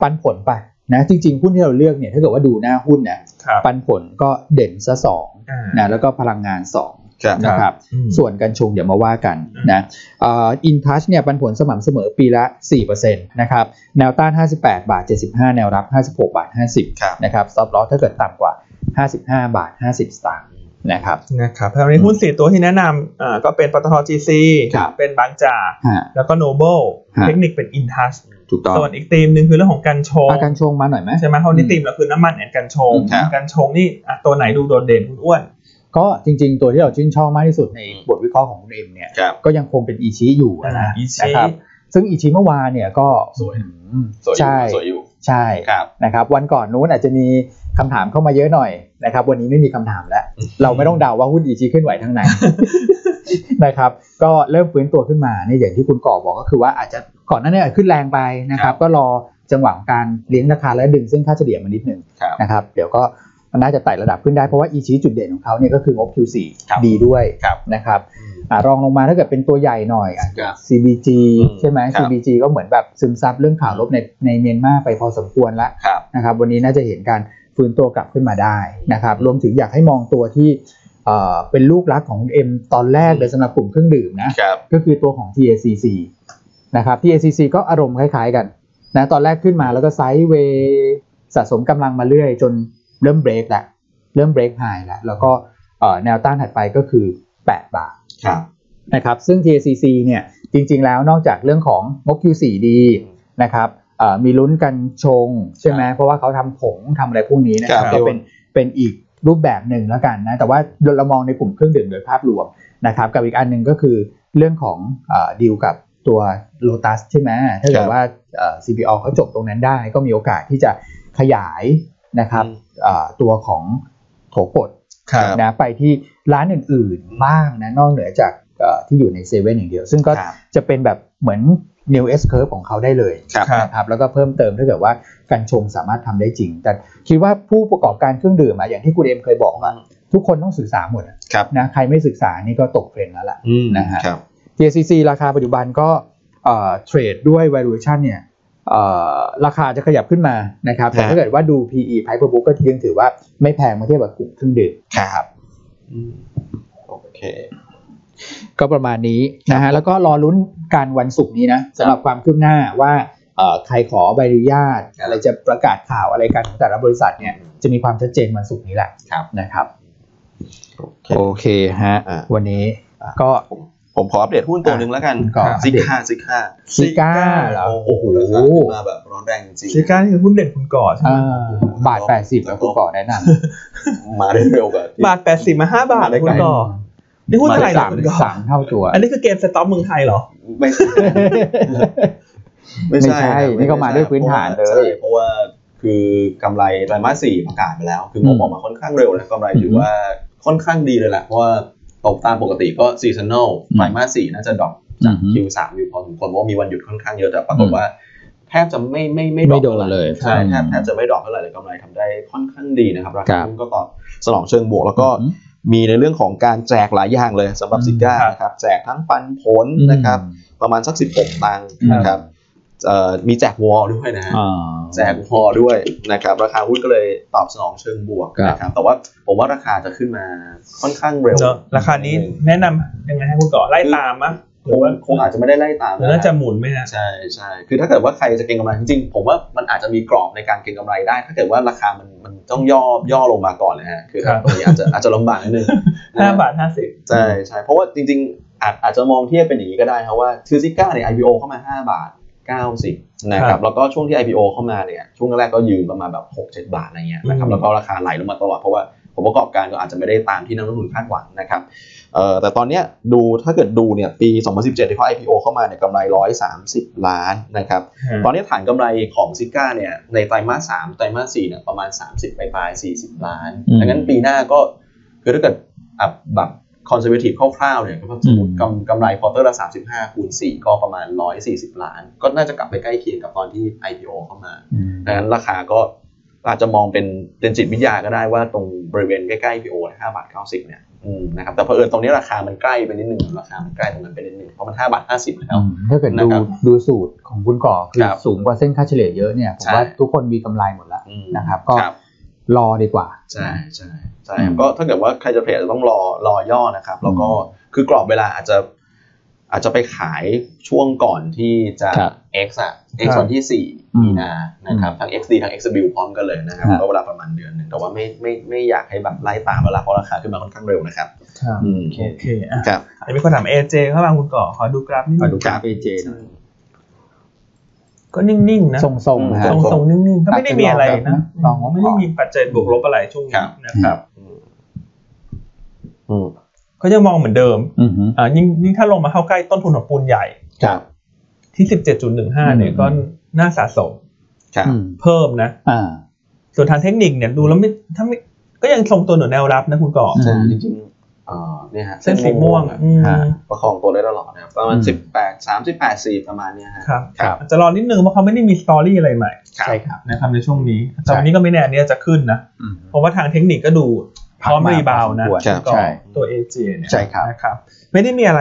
S2: ปันผลไปนะจริงๆ หุ้นที่เราเลือกเนี่ยถ้าเกิดว่าดูหน้าหุ้นเนี่ย
S3: ครับ
S2: ปันผลก็เด่นซะสอง
S3: อ่า
S2: นะแล้วก็พลังงานสอง
S1: ครับ
S2: นะครับ
S3: อืม
S2: ส่วนกันชงเดี๋ยวมาว่ากัน
S3: อืม
S2: นะเอินทัชเนี่ยปันผลสม่ำเสมอปีละ 4%นะครับแนวต้าน 58 บาท 75 แนวรับ 56 บาท 50
S1: ครับ
S2: นะครับซับลอสถ้าเกิดต่ำกว่า 55 บาท 50 สตางค์นะครับ
S3: นะครับตอนนี้หุ้นสี่ตัวที่แนะนำอ่าก็เป็นปตท GC
S2: ครับ
S3: เป็นบางจาก
S2: ฮะ
S3: แล้วก็ Noble
S2: ฮะ
S3: เทคนิคเป็น Intouch
S2: ถูกต้อง
S3: ส่วนอีกธีมหนึ่งคือเรื่องของการโชง
S2: อาการชงมาหน่อยไหม
S3: ใช่ไหมเท่านี้ตีมเราคือน้ำมันแอนกัญชง
S2: ครับ
S3: กัญชงนี่อ่ะตัวไหนดูโดดเด่นคุณอ้วน
S2: ก็จริงๆ ตัวที่เราชื่นชอบมากที่สุดในบทวิเคราะห์ของคุณเอ็มเนี่ย
S1: ครับ
S2: ก็ยังคงเป็นอีชิอยู่อะนะ
S3: อีชิ
S2: นะครับ ซึ่งอีชิเมื่อวานเนี่ยก็
S1: สวย
S2: อืม
S1: สวยอ
S2: ใช่
S1: ยู่สวยอยู่
S2: ใช่
S1: ครับ
S2: นะครับ วันก่อนนู้นอาจจะมีคำถามเข้ามาเยอะหน่อยนะครับ วันนี้ไม่มีคำถามแล้ว
S1: อืม
S2: เราไม่ต้องเดาว่าหุ้นอีชิขึ้นไหว ทั้งไหน นะครับ ก็เริ่มฟื้นตัวขึ้นมาเนี่ยอย่างที่คุณก่อบอกก็คือว่าอาจจะก่อนหน้านี้อาจจะขึ้นแรงไปนะครับ ก็รอจังหวะของการเลี้ยงราคาและดึงเส้นค่าเฉลี่ยมานิดหนึ่ง
S1: ครับ
S2: นะครับเดี๋ยวก็มันน่าจะไต่ระดับขึ้นได้เพราะว่าอีชีจุดเด่นของเขาเนี่ยก็คืองบ Q4
S1: ครับ
S2: ดีด้วย
S1: ครับ
S2: นะครับอารองลงมาถ้าเกิดเป็นตัวใหญ่หน่อยอ่ะ
S1: ครับ
S2: CBG
S1: อืม
S2: ใช่ไหม
S1: ครับ
S2: CBG ก็เหมือนแบบซึมซับเรื่องข่าวลบในในเมียนมาไปพอสมควรละ
S1: ครับ
S2: นะครับวันนี้น่าจะเห็นการฟื้นตัวกลับขึ้นมาได้นะครับรวมถึงอยากให้มองตัวที่เอ่อเป็นลูกรักของเอ็มตอนแรกเลยสำหรับกลุ่มเครื่องดื่มนะ
S1: ครับ
S2: ก็คือตัวของ TACC นะครับ TACC ก็อารมณ์คล้ายๆกันนะตอนแรกขึ้นมาแล้วก็ไซด์เวย์สะสมกำลังมาเรื่อยจนเริ่มเบรกแล้วเริ่มเบรกไฮแล้วแล้วก็เอ่อแนวต้านถัดไปก็คือ 8 บาท
S1: ครับ
S2: นะครับซึ่ง TACC เนี่ยจริงๆแล้วนอกจากเรื่องของงบ Q4 ดีนะครับเอ่อมีลุ้นกันชงใช่ไหมเพราะว่าเขาทำผงทำอะไรพวกนี้นะครับ
S1: ครับ
S2: ก็เป็นเป็นอีกรูปแบบหนึ่งแล้วกันนะแต่ว่าเรามองในกลุ่มเครื่องดื่มโดยภาพรวม นะครับกับอีกอันหนึ่งก็คือเรื่องของเออดีลกับตัว Lotus ใช่ไหม
S1: ค
S2: ถ้า
S1: รั
S2: เกิด
S1: บ
S2: ว่าเอ่อ CPO เขาจบตรงนั้นได้ก็มีโอกาสที่จะขยายนะครับ
S1: อืม
S2: เอ่อตัวของโถกด
S1: ครับ
S2: นะไปที่ร้านอื่นๆบ้างนะนอกเหนือจากเอ่อที่อยู่ในเซเว่นอย่างเดียว ซึ่งก็
S1: ครับ
S2: จะเป็นแบบเหมือน new S curve ของเขาได้เลย
S1: ครับ
S2: นะครับแล้วก็เพิ่มเติมถ้าเกิดว่าการชงสามารถทำได้จริง แต่คิดว่าผู้ประกอบการเครื่องดื่มอะอย่างที่คุณเอ็มเคยบอกอะทุกคนต้องศึกษาหมดอะ
S1: ครับ
S2: นะใครไม่ศึกษานี่ก็ตกเทรนด์แล้วล่ะ
S1: อืม
S2: นะฮะ
S1: ครับ
S2: TCC ราคาปัจจุบันก็เอ่อเทรดด้วย valuation เนี่ยเอ่อราคาจะขยับขึ้นมานะครับ แต่
S1: ฮะ
S2: ถ้าเกิดว่าดู PE price per book ก็ยังถือว่าไม่แพงเมื่อเทียบกับกลุ่มเครื่องดื่ม
S1: ครับอืมโอเค
S2: ก็ประมาณนี้นะฮะแล้วก็รอลุ้นการวันศุกร์นี้นะสำหรับความคืบหน้าว่าเอ่อใครขอใบอนุญาต อะไรจะประกาศข่าวอะไรกันของแต่ละบริษัทเนี่ยจะมีความชัดเจนวันศุกร์นี้แหละ
S1: ครับ
S2: นะครับ
S1: โอเค
S2: โอเคฮะ
S1: อ่ะ
S2: วันนี้ก็
S1: ผมผมขออัปเดตหุ้นตัวหนึ่งแล้วกัน
S2: คุณก่อน
S1: ซิก้าซิก้า
S2: ซิก้าเหรอ
S1: โอ้โห
S2: โอ้
S1: ราคา
S2: โห
S1: ขึ้นมาแบบร้อนแรงจริงๆ
S3: ซิก้านี่คือหุ้นเด่นคุณก่อใช่ไหม
S2: อ่าบาท 80 แล้วคุณก่อแนะนำ
S1: มาได้เร็วกว่าที่
S3: บาทแปดสิบมาห้าบาทเลยคุณก่อนี่หุ้นอะไร
S2: สาม
S3: คุณก่อ
S2: สามเท่าตัว
S3: อันนี้คือเกมสต็อปเมืองไทยเหรอ
S1: ไม่ใช่
S2: ไม่ใช่นี่ก็มาด้วยพื้นฐานเลย
S1: ใช่เพราะว่าคือกำไรไตรมาสสี่ประกาศไปแล้ว คืองบออกมาค่อนข้างเร็วนะกำไรถือว่าค่อนข้างดีเลยแหละเพราะว่าตกตามปกติก็ซีซันแนลไตรมาสสี่น่าจะดรอปจาก Q3 อยู่พอสมควรเพราะว่ามีวันหยุดค่อนข้างเยอะแต่ปรากฏว่า แทบจะไม่ไม่ไม่
S2: ไม่โดนเลย
S1: ใช่แทบ
S2: อืม
S1: แทบจะไม่ดรอปเท่าไหร่เลยกำไรทำได้ค่อนข้างดีนะครับรา
S2: ครั
S1: คา
S2: บ
S1: หุ้นก็ตอบสนองเชิงบวกแล้วก็ มีในเรื่องของการแจกหลายอย่างเลยสำหรับ
S2: อืม
S1: ซิก้านะครับแจกทั้งปันผลนะครับประมาณสัก 16 ตังค์นะครับเอ่อมีแจกวอลด้วยนะฮะ
S2: อ่า
S1: แจกวอลด้วยนะครับราคาหุ้นก็เลยตอบสนองเชิงบวก
S2: ครับ
S1: นะครับแต่ว่าผมว่าราคาจะขึ้นมาค่อนข้างเร็ว
S3: เนอะราคานี้แนะนำยังไงให้คุณก่อไล่ตามมะ
S1: ค
S3: หรืองว่า
S1: คงอาจจะไม่ได้ไล่ตาม
S3: หรือน่าจะหมุนไหมฮะ
S1: ใช่ใช่คือถ้าเกิดว่าใครจะเก็งกำไรจริงๆผมว่ามันอาจจะมีกรอบในการเก็งกำไรได้ ถ้าเกิดว่าราคามันมันต้องย่อย่อลงมาก่อนนะฮะคือตรงนี้อาจจะอาจจะลำบากนิดนึงนะฮะ
S3: ห้าบาทห้าสิบ
S1: ใช่ใช่เพราะว่าจริงๆ อาจอาจจะมองเทียบเป็นอย่างนี้ก็ได้ครับว่าซื้อซิก้าเนี่ย IPO เข้ามา 5 บาท 90นะครับแล้วก็ช่วงที่ IPO เข้ามาเนี่ยช่วงแรกก็ยืนประมาณแบบ 6-7 บาทอะไรเงี้ยนะครับแล้วก็ราคาไหลลงมาตลอดเพราะว่าผลประกอบการก็อาจจะไม่ได้ตามที่นักลงทุนคาดหวังนะครับเอ่อแต่ตอนเนี้ยดูถ้าเกิดดูเนี่ยปี 2017 ที่เขา IPO เข้ามาเนี่ยกำไร 130 ล้านนะครับตอนนี้ฐานกำไรของซิก้าเนี่ยในไตรมาส3ไตรมาส4เนี่ยประมาณ 30ปลายๆ40 ล้าน
S2: อืม
S1: ดังนั้นปีหน้าก็ คือถ้าเกิดอ่ะแบบคอนเซอร์เวทีฟคร่าวๆเนี่ยก็สมมติ
S2: อืม
S1: กำกำไรควอเตอร์ละ 35 คูณ 4 ก็ประมาณ 140 ล้าน ก็น่าจะกลับไปใกล้เคียงกับตอนที่ IPO เข้ามา
S2: อืม
S1: ดังนั้นราคาก็อาจจะมองเป็นเป็นจิตวิทยาก็ได้ว่าตรงบริเวณใกล้ๆ IPO นะ5บาท 90 เนี่ยอืมนะครับแต่เผอิญตรงนี้ราคามันใกล้ไปนิดนึงราคามันใกล้ตรงนั้นไปนิดนึงเพราะมัน5บาท 50 แล้ว
S2: ถ้าเกิด
S1: นะ
S2: ดู
S1: ครับ
S2: ดูสูตรของคุณก่อคือ
S1: ครับ
S2: สูงกว่าเส้นค่าเฉลี่ยเยอะเนี่ยผมว่า
S1: ใช่
S2: ทุกคนมีกำไรหมดแล้ว
S1: อืม
S2: นะครับ ก็
S1: ครับ
S2: รอดีกว่า
S1: ใช่ใช่ใช่
S2: อืม
S1: ก็ถ้าเกิดว่าใครจะเทรดจะต้องรอรอย่อนะครับ แล้วก็คือกรอบเวลาอาจจะ อาจจะไปขายช่วงก่อนที่จะ
S2: ครับ
S1: X อ่ะ X วันที่
S2: อื
S1: 4
S2: ม
S1: มีนานะครับ ทั้ง XD ทั้ง XW พร้อมกันเลยนะครับ
S2: ครับ
S1: ก็เวลาประมาณเดือนหนึ่งแต่ว่าไม่ไม่ไม่อยากให้แบบไล่ตามเวลาเพราะราคาขึ้นมาค่อนข้างเร็วนะครับ
S3: ครับ
S1: อืม
S3: โอเคอ่ะ
S1: ครับ
S3: เดี๋ยวมีคนถามเอเจเข้ามาคุณก่อขอดูกราฟนิด
S2: มา
S3: นึง
S2: ดูกราฟเอเจหน่อย
S3: ก็นิ่งๆนะ
S2: ทรงๆนะ
S3: ท
S2: ฮะ
S3: รงๆนิ่งๆก็ไม่ได้มีอะไรนะ
S2: ลองลอง
S3: ไม่ได้มีปัจจัยบวกลบอะไรช่วงนี้นะครับ
S1: อืม อืม
S3: ก็ยังมองเหมือนเดิม
S2: อือฮึ
S3: อ่ายิ่งยิ่งถ้าลงมาเข้าใกล้ต้นทุนของปูนใหญ่
S1: ครับ
S3: ที่ 17.15 เนี่ยก็น่าสะสม
S1: ครับ
S2: อืม
S3: เพิ่มนะ
S2: อ่า
S3: ส่วนทางเทคนิคเนี่ยดูแล้วไม่ถ้าไม่ก็ยังทรงตัวเหนือแนวรับนะคุณก่อ
S2: อืม
S1: ใช่จริงๆเอ่อเนี่ยฮะ
S3: เส้นสีม่วง
S1: อะ
S3: อืม
S2: ฮะ
S1: ประคองตัวได้ตลอดนะครับประมาณ
S2: อืม
S1: สิบแปดสามสิบแปดสี่ประมาณเนี้ยฮะ
S3: ครับ
S2: ครับ
S3: อาจจะรอนิดนึงเพราะเขาไม่ได้มีสตอรี่อะไรใหม่
S1: ครั
S2: ใช่
S1: บ
S2: ครับ
S3: นะครับในช่วงนี้
S2: ใช่
S3: แต่วันนี้ก็ไม่แน่เนี่ยจะขึ้นนะ
S2: อืม
S3: เพราะว่าทางเทคนิคก็ดูพร้อม
S2: พักมา
S3: รีบาวน์นะ
S2: พอสมควร
S3: คุณก่อ
S2: ใช่
S3: ตัวเอเจเนี่ย
S2: ใช่ครับ
S3: นะครับไม่ได้มีอะไร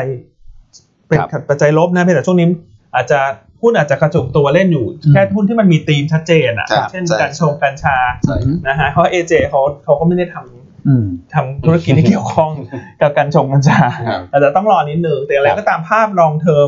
S3: เป็น
S2: ครับ
S3: ปัจจัยลบนะเพียงแต่ช่วงนี้อาจจะหุ้นอาจจะกระจุกตัวเล่นอยู่
S2: อืม
S3: แค่หุ้นที่มันมีธีมชัดเจนอ่ะ
S1: ครับ
S3: เช่น
S1: ใช่
S3: การชงกัญชา
S1: ใช่ครับ
S3: นะฮะเพราะเอเจเขาเขาก็ไม่ได้ทำ
S2: อืม
S3: ทำธุรกิจที่เกี่ยว ข้อง กับการชงกัญชา
S1: ครับ
S3: อาจจะต้องรอนิดนึงแต่อะไร
S2: ครับ
S3: ก็ตามภาพรองเทอม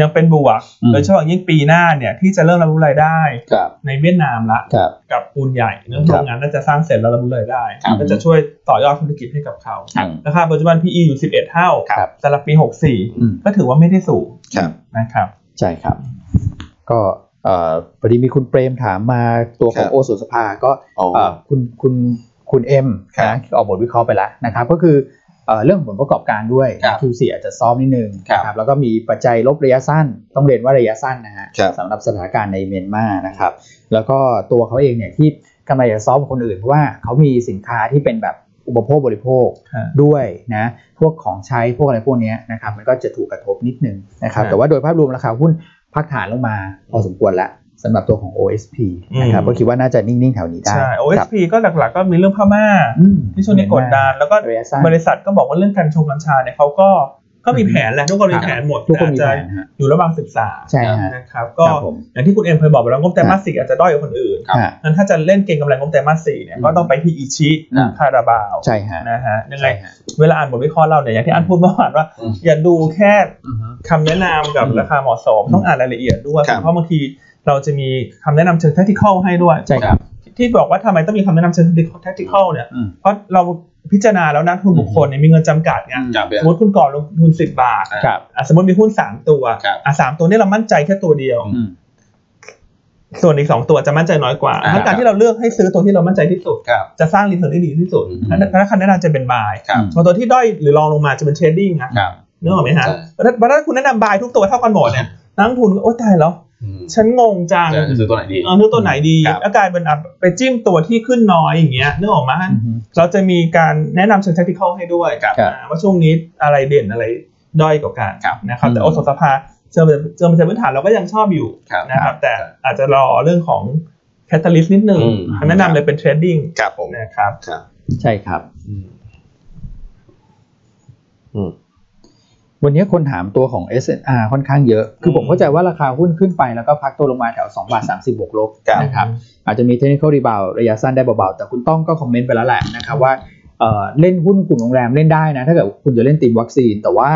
S3: ยังเป็นบวก
S2: อืม
S3: โดยเฉพาะยิ่งปีหน้าเนี่ยที่จะเริ่มรับรู้รายได้
S2: ครับ
S3: ในเวียดนามละ
S2: ครับ
S3: กับปูนใหญ่เรื่อง
S2: ค
S3: โร
S2: รับ
S3: งงานน่าจะสร้างเสร็จแล้วระบุเลยได้
S2: ครับ
S3: ก็จะช่วยต่อยอดธุรกิจให้กับเขา
S2: ครับ
S3: ราคาปัจจุบัน PE อยู่ 11 เท่า
S2: ครับ
S3: สำหรับปี
S2: อืม
S3: 64 ก็ถือว่าไม่ได้สูง
S1: ครับ
S3: นะครับ
S2: ใช่ครับ ก็เอ่อพอดีมีคุณเปรมถามมาตัวข
S1: ค
S2: อง
S1: รับ
S2: โอสุสภาก็
S1: โอ้
S2: เอ่อคุณคุณคุณเอ็ม
S1: ครับ
S2: นะออกบทวิเคราะห์ไปแล้วนะครับ ก็คือเอ่อเรื่องผลประกอบการด้วย
S1: ครับ
S2: QC อาจจะซอฟต์นิดนึง
S1: ครับ
S2: นะแล้วก็มีปัจจัยลบระยะสั้น ต้องเรียนว่าระยะสั้นนะฮะ
S1: ครับ
S2: สำหรับสถานการณ์ในเมียนมานะครับ แล้วก็ตัวเขาเองเนี่ยที่กำไรจะซอฟต์กว่าคนอื่นเพราะว่าเขามีสินค้าที่เป็นแบบอุปโภคบริโภค ด้วยนะพวกของใช้พวกอะไรพวกเนี้ยนะครับมันก็จะถูกกระทบนิดนึงนะครับ
S3: ครับ
S2: แต่ว่าโดยภาพรวมราคาหุ้นพักฐานลงมาพอสมควรแล้วสำหรับตัวของ OSP นะครับ
S3: อืม
S2: ก็คิดว่าน่าจะนิ่ง ๆ แถวนี้ได้
S3: ใช่
S2: ครับ
S3: OSP ก็หลักๆก็มีเรื่องพม่า
S2: อืม
S3: ที่ช่วงนี้กดดันแล้วก็
S2: ระยะสั้น
S3: บริษัทก็บอกว่าเรื่องการชงกัญชาเนี่ยเขาก็ก็มีแผนแหละทุกคน
S2: ค
S3: มี
S2: รับ
S3: แผนหมด
S2: ทุก
S3: แต่
S2: คน
S3: อาจ
S2: มี
S3: จะ
S2: แผนนะฮะ
S3: อยู่ระหว่างศึกษา
S2: ใช่ฮะ
S3: นะครับก็
S2: ครับผม
S3: อย่างที่คุณเอ็มเคยบอกไปแล้วงบไตรมาสสี่อาจจะด้อยกว่าคนอื่น
S1: ครับ
S2: ฮะ
S3: นั้นถ้าจะเล่นเก่งกำไรงบไตรมาสสี่เนี่ยก็ต้องไปที่อิชิ
S2: อืม
S3: คาราบาว
S2: ใช่ฮะ
S3: นะฮะยังไง
S2: ใช่ฮะ
S3: เวลาอ่านบทวิเคราะห์เราเนี่ยอย่างที่อันพูดเมื่อวานว่า
S1: อืม
S3: อย่าดูแค่
S2: อือฮึ
S3: คำแนะนำกับ
S2: อืม
S3: ราคาเหมาะสม ต้องอ่านรายละเอียดด้วย
S1: ครับ
S3: เพราะบางทีเราจะมีคำแนะนำเชิง t a c t i c a l ให้ด้วย
S2: ใช่ครับ
S3: ที่บอกว่าทำไมต้องมีคำแนะนำเชิง t a c t i c a l เนี่ย
S2: อืม
S3: เพราะเราพิจารณาแล้วนักทุนบุคคลเนี่ยมีเงินจำกัดไง
S2: อืม
S1: จับเบีย
S3: ส
S1: ร์
S3: มมติคุณก่อนลงทุน 10 บาท
S2: ครับ
S3: อ่ะสมมติมีหุ้น 3 ตัว
S1: ครับ
S3: อ่ะสามตัวเนี่ยเรามั่นใจแค่ตัวเดียว
S1: อืม
S2: อืม
S3: ส่วนอีก 2 ตัวจะมั่นใจน้อยกว่า
S1: อ่า
S3: ถ้า
S1: ค
S3: การ
S1: รับ
S3: ที่เราเลือกให้ซื้อตัวที่เรามั่นใจที่สุด
S1: ครับ
S3: จะสร้างรีเทิร์นได้ดีที่สุด
S1: อืม
S3: นั้นธนาคารแนะนำจะเป็น buy
S1: ครับ
S2: อืม
S3: ส่วนตัวที่ด้อยหรือรองลงมาจะเป็นเชดดิ้งนะครับ นึกออกไหมฮะ
S1: ใช่
S3: เพราะถ้าคุณแนะนำบายทุกตัวเท่ากันหมดเนี่ยนักลงทุนก็โอ๊ยตายแล้ว
S1: อืม
S3: ฉันงงจัง
S1: จะซื้อตัวไหนดี
S3: เออซื้อตัวไหนดี
S1: ครับ
S3: แล้วกลายเป็นอ่ะไปจิ้มตัวที่ขึ้นน้อยอย่างเงี้ยนึกออกไหม
S2: อือฮึ
S3: เราจะมีการแนะนำเชิง tactical ให้ด้วย
S2: ครับ
S3: อ่าว่าช่วงนี้อะไรเด่นอะไรด้อยกว่ากันนะครับแต่
S2: อืม
S3: โอสถสภาเชิงเชิงพื้นฐานเราก็ยังชอบอยู่
S1: ครับ
S3: นะครับ แต่
S1: ครับ
S3: อาจจะรอเรื่องของ catalyst นิดนึง
S1: อืม
S3: แนะนำเลยเป็นเทรดดิ้ง
S1: ครับผม
S3: นะครับ
S1: ครับ
S2: ใช่ครับ
S1: อืมอืม
S2: วันนี้คนถามตัวของ s r ค่อนข้างเยอะ คือ
S1: อืม
S2: ผมเข้าใจว่าราคาหุ้นขึ้นไปแล้วก็พักตัวลงมาแถว2บาท30บวกลบนะครับ อาจจะมีเทคนิคอลรีบาวระยะสั้นได้เบาๆ แต่คุณต้องก็คอมเมนต์ไปแล้วแหละนะครับว่าเอ่อเล่นหุ้นกลุ่มโรงแรมเล่นได้นะ ถ้าเกิดคุณจะเล่นตีมวัคซีน แต่ว่า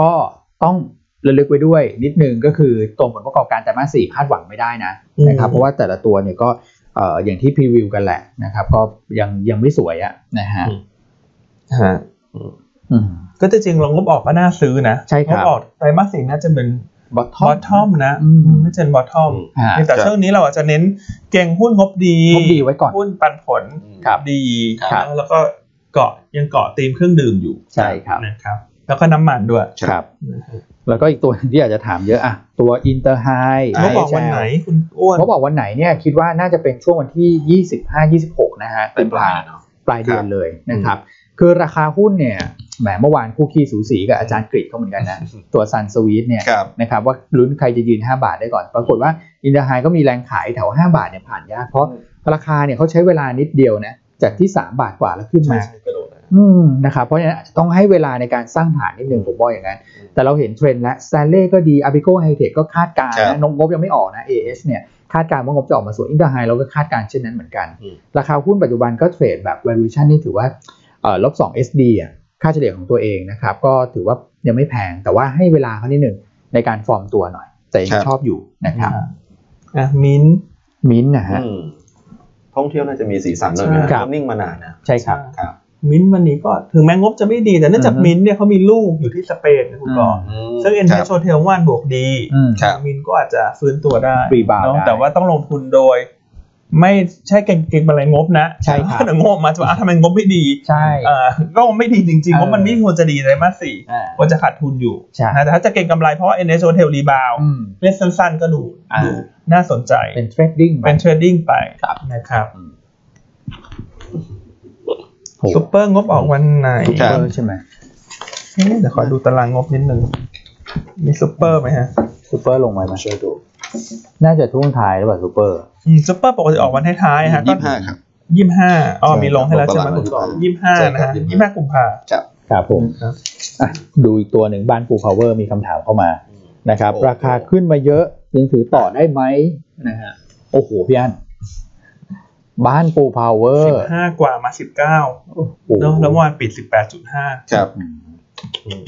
S2: ก็ต้องระลึกไว้ด้วยนิดนึงก็คือตัวผลประกอบการไตรมาสสี่คาดหวังไม่ได้นะนะครับ
S3: อืม
S2: เพราะว่าแต่ละตัวเนี่ยก็เอ่ออย่างที่พรีวิวกันแหละนะครับก็ยังยังไม่สวยอะนะฮะ
S3: ฮะ
S2: อืม
S3: ก็จะจริงลงงบออกก็น่าซื้อนะ
S2: ใช่ครับ
S3: งบออกไตรมาสสี่น่าจะเป็น
S2: บอททอ
S3: bottom นะ
S2: อืม
S3: น่าจะเป็น bottom
S2: ฮะ
S3: แต่ช่วงนี้เราอาจจะเน้นเก่งหุ้นงบดี
S2: งบดีไว้ก่อน
S3: หุ้นปันผล
S2: ครับ
S3: ดี
S2: ครับ
S3: แล้วก็เกาะยังเกาะธีมเครื่องดื่มอยู่
S2: ใช่ครับ
S3: นะครับ แล้วก็น้ำมันด้วย
S2: ครับ แล้วก็อีกตัวที่อยากจะถามเยอะอะตัวอินเตอร์ไฮ
S3: งบออกวันไหนคุณอ้วน
S2: เขาบอกวันไหนเนี่ยคิดว่าน่าจะเป็นช่วงวันที่ 25 26 นะฮะ
S1: เป็นปลา
S2: กุมภ
S1: เนาะ
S2: ปลายเดือน
S1: ครับ
S2: เลยนะครับ คือราคาหุ้นเนี่ยแหมเมื่อวานคู่ขี้สูสีกับอาจารย์กริดเขาเหมือนกันนะ ตัวซันสวีทเนี่ย
S1: ครับ
S2: นะครับว่าลุ้นใครจะยืน 5 บาทได้ก่อน ปรากฏว่าอินเตอร์ไฮก็มีแรงขายแถว 5 บาทเนี่ยผ่านยากเพราะ
S1: อืม
S2: ราคาเนี่ยเขาใช้เวลานิดเดียวนะจากที่ 3 บาทกว่าแล้วขึ้น
S1: ใช่
S2: มา
S1: ใช่กระโดดนะ
S2: อืมนะครับเพราะฉะนั้นอาจจะต้องให้เวลาในการสร้างฐานนิดหนึ่งผมบอกอย่างนั้น
S1: อืม
S2: แต่เราเห็นเทรนด์แล้วแซลเล่ก็ดีอาบิโกไฮเทคก็คาดการณ์
S1: ครั
S2: นะ
S1: บ
S2: นงบยังไม่ออกนะ AS เนี่ยคาดการณ์ว่างบจะออกมาสวยอินเตอร์ไฮเราก็คาดการณ์เช่นนั้นเหมือนกัน
S1: อืม
S2: ราคาหุ้นปัจจุบันก็เทรดแบบ valuation นี่ถือว่าเอ่อลบ2 SD อ่ะค่าเฉลี่ยของตัวเองนะครับก็ถือว่ายังไม่แพงแต่ว่าให้เวลาเขานิดหนึ่งในการฟอร์มตัวหน่อย แต่ยังชอบอยู่นะครับ
S3: อ่ะมิ้น
S2: มิ้นท์นะฮะ
S1: อืมท่องเที่ยวน่าจะมีสีสันหน่อยนะครับ นิ่งมานานนะ
S2: ใช่ครับ
S1: ครับ
S3: มิ้นวันนี้ก็ถึงแม้งบจะไม่ดีแต่เนื่องจาก
S2: อือฮึ
S3: มิ้นเนี่ยเขามีลูกอยู่ที่สเปนนะคุณก่อน
S1: อืม
S3: ซึ่งเอ็น
S1: ค
S3: เท
S1: รับ
S3: โชเทลว่านบวกดี
S2: อืม
S1: ครับ
S3: มินก็อาจจะฟื้นตัวได้
S2: รีบาวด์
S3: เนอะ
S2: ได้
S3: แต่ว่าต้องลงทุนโดย ไม่ใช่เก่งเก่งอะไรงบนะ
S2: ใช่ครับ
S3: แต่งบมาจะว่าอ่ะทำไมงบไม่ดี
S2: ใช่
S3: เอ่อก็งบไม่ดีจริง
S2: เอ
S3: ๆ
S2: อ
S3: งบมันไม่ควรจะดีไตรมาสสี่
S2: อ่า
S3: ควรจะขาดทุนอยู่
S2: ใช่
S3: นะแต่ถ้าจะเก่งกำไรเพราะว่า NH Hotel Rebound
S2: อืม
S3: เล่นสั้นๆ ก็ดู
S2: อ่า
S3: ดูน่าสนใจ
S2: เป็นเทรดดิ้ง
S3: เป็นเทรดดิ้งไป
S2: ครับ
S3: นะครับ
S1: โอ้โห
S3: ซุปเปอร์งบออกวันไหน
S1: ครับ
S2: ใช่ไหม
S3: เอ๊ะเดี๋ยวขอดูตารางงบนิดนึง มีซุปเปอร์ไหมฮะ
S2: ซูเปอร์ลงไปมาช่วยดู น่าจะทุ่วงท้ายหรือเปล่าซูเปอร์
S3: อืมซุปเปอร์ปกติออกวันท้ายๆฮะก็
S1: ยี่สิบห้าครับ
S3: ยี่สิบห้าอ๋อ
S1: ใช่
S3: มีลงให้แล้ว
S1: ครับ
S3: ใช่ไหม
S1: ประมาณ
S3: คุณกอล์ฟ
S1: ยี่
S3: ยี่
S1: สิบ
S3: สิ
S1: บ ห้า
S3: ห้านะฮะ
S1: ใช่ครับ
S3: ยี่สิบห้ากุมภา
S1: ครับ
S2: ครับผมอ่ะดูอีกตัวหนึ่งบ้านปูพาวเวอร์มีคำถามเข้ามานะครับ
S1: โอ้
S2: ราคาขึ้นมาเยอะยังถือต่อได้ไหมนะฮะโอ้โหพี่อันบ้านปูพาวเวอ
S3: สิ
S2: ร์
S3: บห้ากว่ามาสิบเก้า
S2: โอ้โห
S3: เนอะแล้วเมื่อวานปิดสิบแปดจุดห้า
S1: ครับ
S2: อืม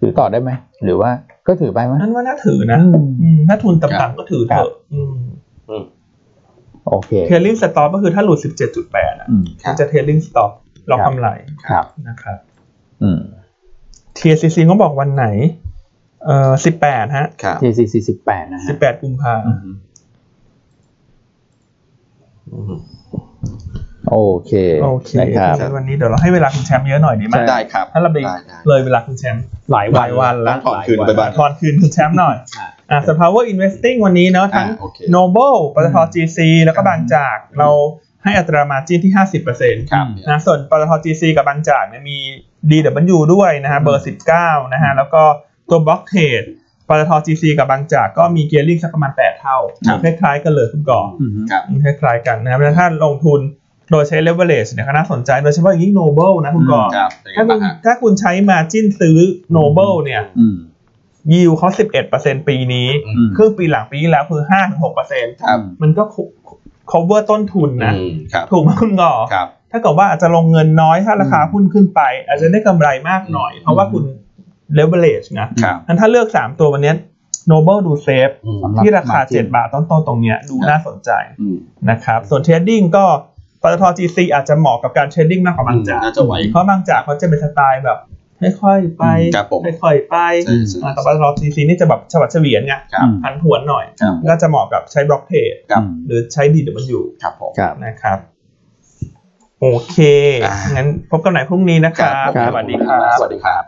S2: ถือต่อได้ไหมหรือว่าก็ถือไปไหม
S3: นั่นว่าน่าถือนะ
S2: อืม
S3: อืมถ้าทุนต่ำๆก็ถือเถ
S2: ครับ
S3: อะ
S1: อืม
S2: โอเค
S3: เทลลิ่งสต็อปก็คือถ้าหลุดสิบเจ็ดจุดแปดอ่ะ
S2: อืม
S1: ครับ
S3: จะเทลลิ่งสต็อปล็อก
S2: ครับ
S3: กำไร
S2: ครับ
S3: นะครับ
S2: อืม
S3: TCC ก็บอกวันไหน เอ่อสิบแปดฮะ
S1: ครับ
S2: TCC สิบแปดนะ
S3: สิ
S2: ฮะ
S3: บแปดกุมภา
S2: อืม โอเค
S3: โอเค
S2: นะครับ
S1: ครับ
S3: วันนี้เดี๋ยวเราให้เวลาคุณแชมป์เยอะหน่อยดีไหม
S1: ได้ครับ
S3: ถ้าเราไป
S1: ด้ด้
S3: เลยเวลาคุณแชมป์
S2: หลาย
S3: หลายวันแล้ว
S1: ต้องถอนคืนไปบ้าง
S3: ทอนคืนคุณแชมป์หน่อย
S2: อ่ะ
S3: อ่าสภาวะ investing วันนี้เนาะ
S1: อ่า
S3: ทั้ง
S1: โอเค
S3: Noble ปตท GC แล้วก็
S2: อืม
S3: บางจาก เราให้อัตรามาจิ้นที่ 50%น
S1: ครับ
S3: ะส่วนปตท GC กับบางจากเนี่ยมี DW ด้วยนะฮะเบอร์ 19 นะฮะแล้วก็ตัวบล็อกเทรดปตท GC กับบางจากก็มีเกียร์ลิงสักประมาณ 8 เท่า
S1: ครับ
S3: คล้ายๆกันเลยคุณก่อน
S2: อืม
S1: ครับ
S3: คล้ายๆกันนะครับแล้วถ้าลงทุนโดยใช้ leverage เนี่ยก็น่าสนใจโดยเฉพาะอย่างยิ่ง Noble นะคุณก่อน
S1: ครับเป็นไง
S3: ถ้าคุ
S1: บ้าง
S3: ณ
S1: ฮะ
S3: ถ้าคุณใช้มาจิ้นซื้อ Noble เนี่ย
S2: อืม
S3: ยิวเขา11%ปีนี้
S2: อืม
S3: ครึ่งปีหลังปีที่แล้วคือห้าถึงหกเปอร์เซ็นต์
S1: ครับ
S3: มันก็ co- cover ต้นทุนนะ
S1: อืมครับ
S3: ถูกไหมคุณก่อ
S1: ครับ
S3: ถ้าเกิดว่าอาจจะลงเงินน้อยถ้าราคาหุ้นขึ้นไป อาจจะได้กำไรมากหน่อย เพราะว่าคุณ leverage นะครับ
S2: Ừ.
S3: งั้นถ้าเลือก 3 ตัววันเนี้ย Noble ดูเซฟ
S1: อืม
S2: สำหบ
S3: ที่ราคา
S2: margin
S3: 7 บาทต้นๆตรงเนี้ยดู
S1: ครับ
S3: น่าสนใจ
S2: Ừ.
S1: อืม
S3: นะครับ ส่วนเทรดดิ้งก็ปตท GC อาจจะเหมาะกับการเทรดดิ้งมากกว่าบางจาก
S1: น่าจะไหว
S3: เพราะบางจากเขาจะเป็นสไตล์แบบค่อยๆไป
S1: ครับผม
S3: ค่อยๆไป
S1: ใช่ใช่
S3: อ่าแต่ปตท GC นี่จะแบบฉวัดเฉวียนไง
S1: ครับ
S3: ผันผวนหน่อย
S1: ครับ
S3: ก็จะเหมาะกับใช้บล็อกเทรด
S1: ครับ
S3: หรือใช้ DW
S1: ครับผม
S2: ครับ
S3: นะครับ โอเค
S1: อ่างั้
S3: งั้นพบกันใหม่พรุ่งนี้นะครับ
S1: ผม
S3: สวัสดีครับ
S1: สวัสดีครับ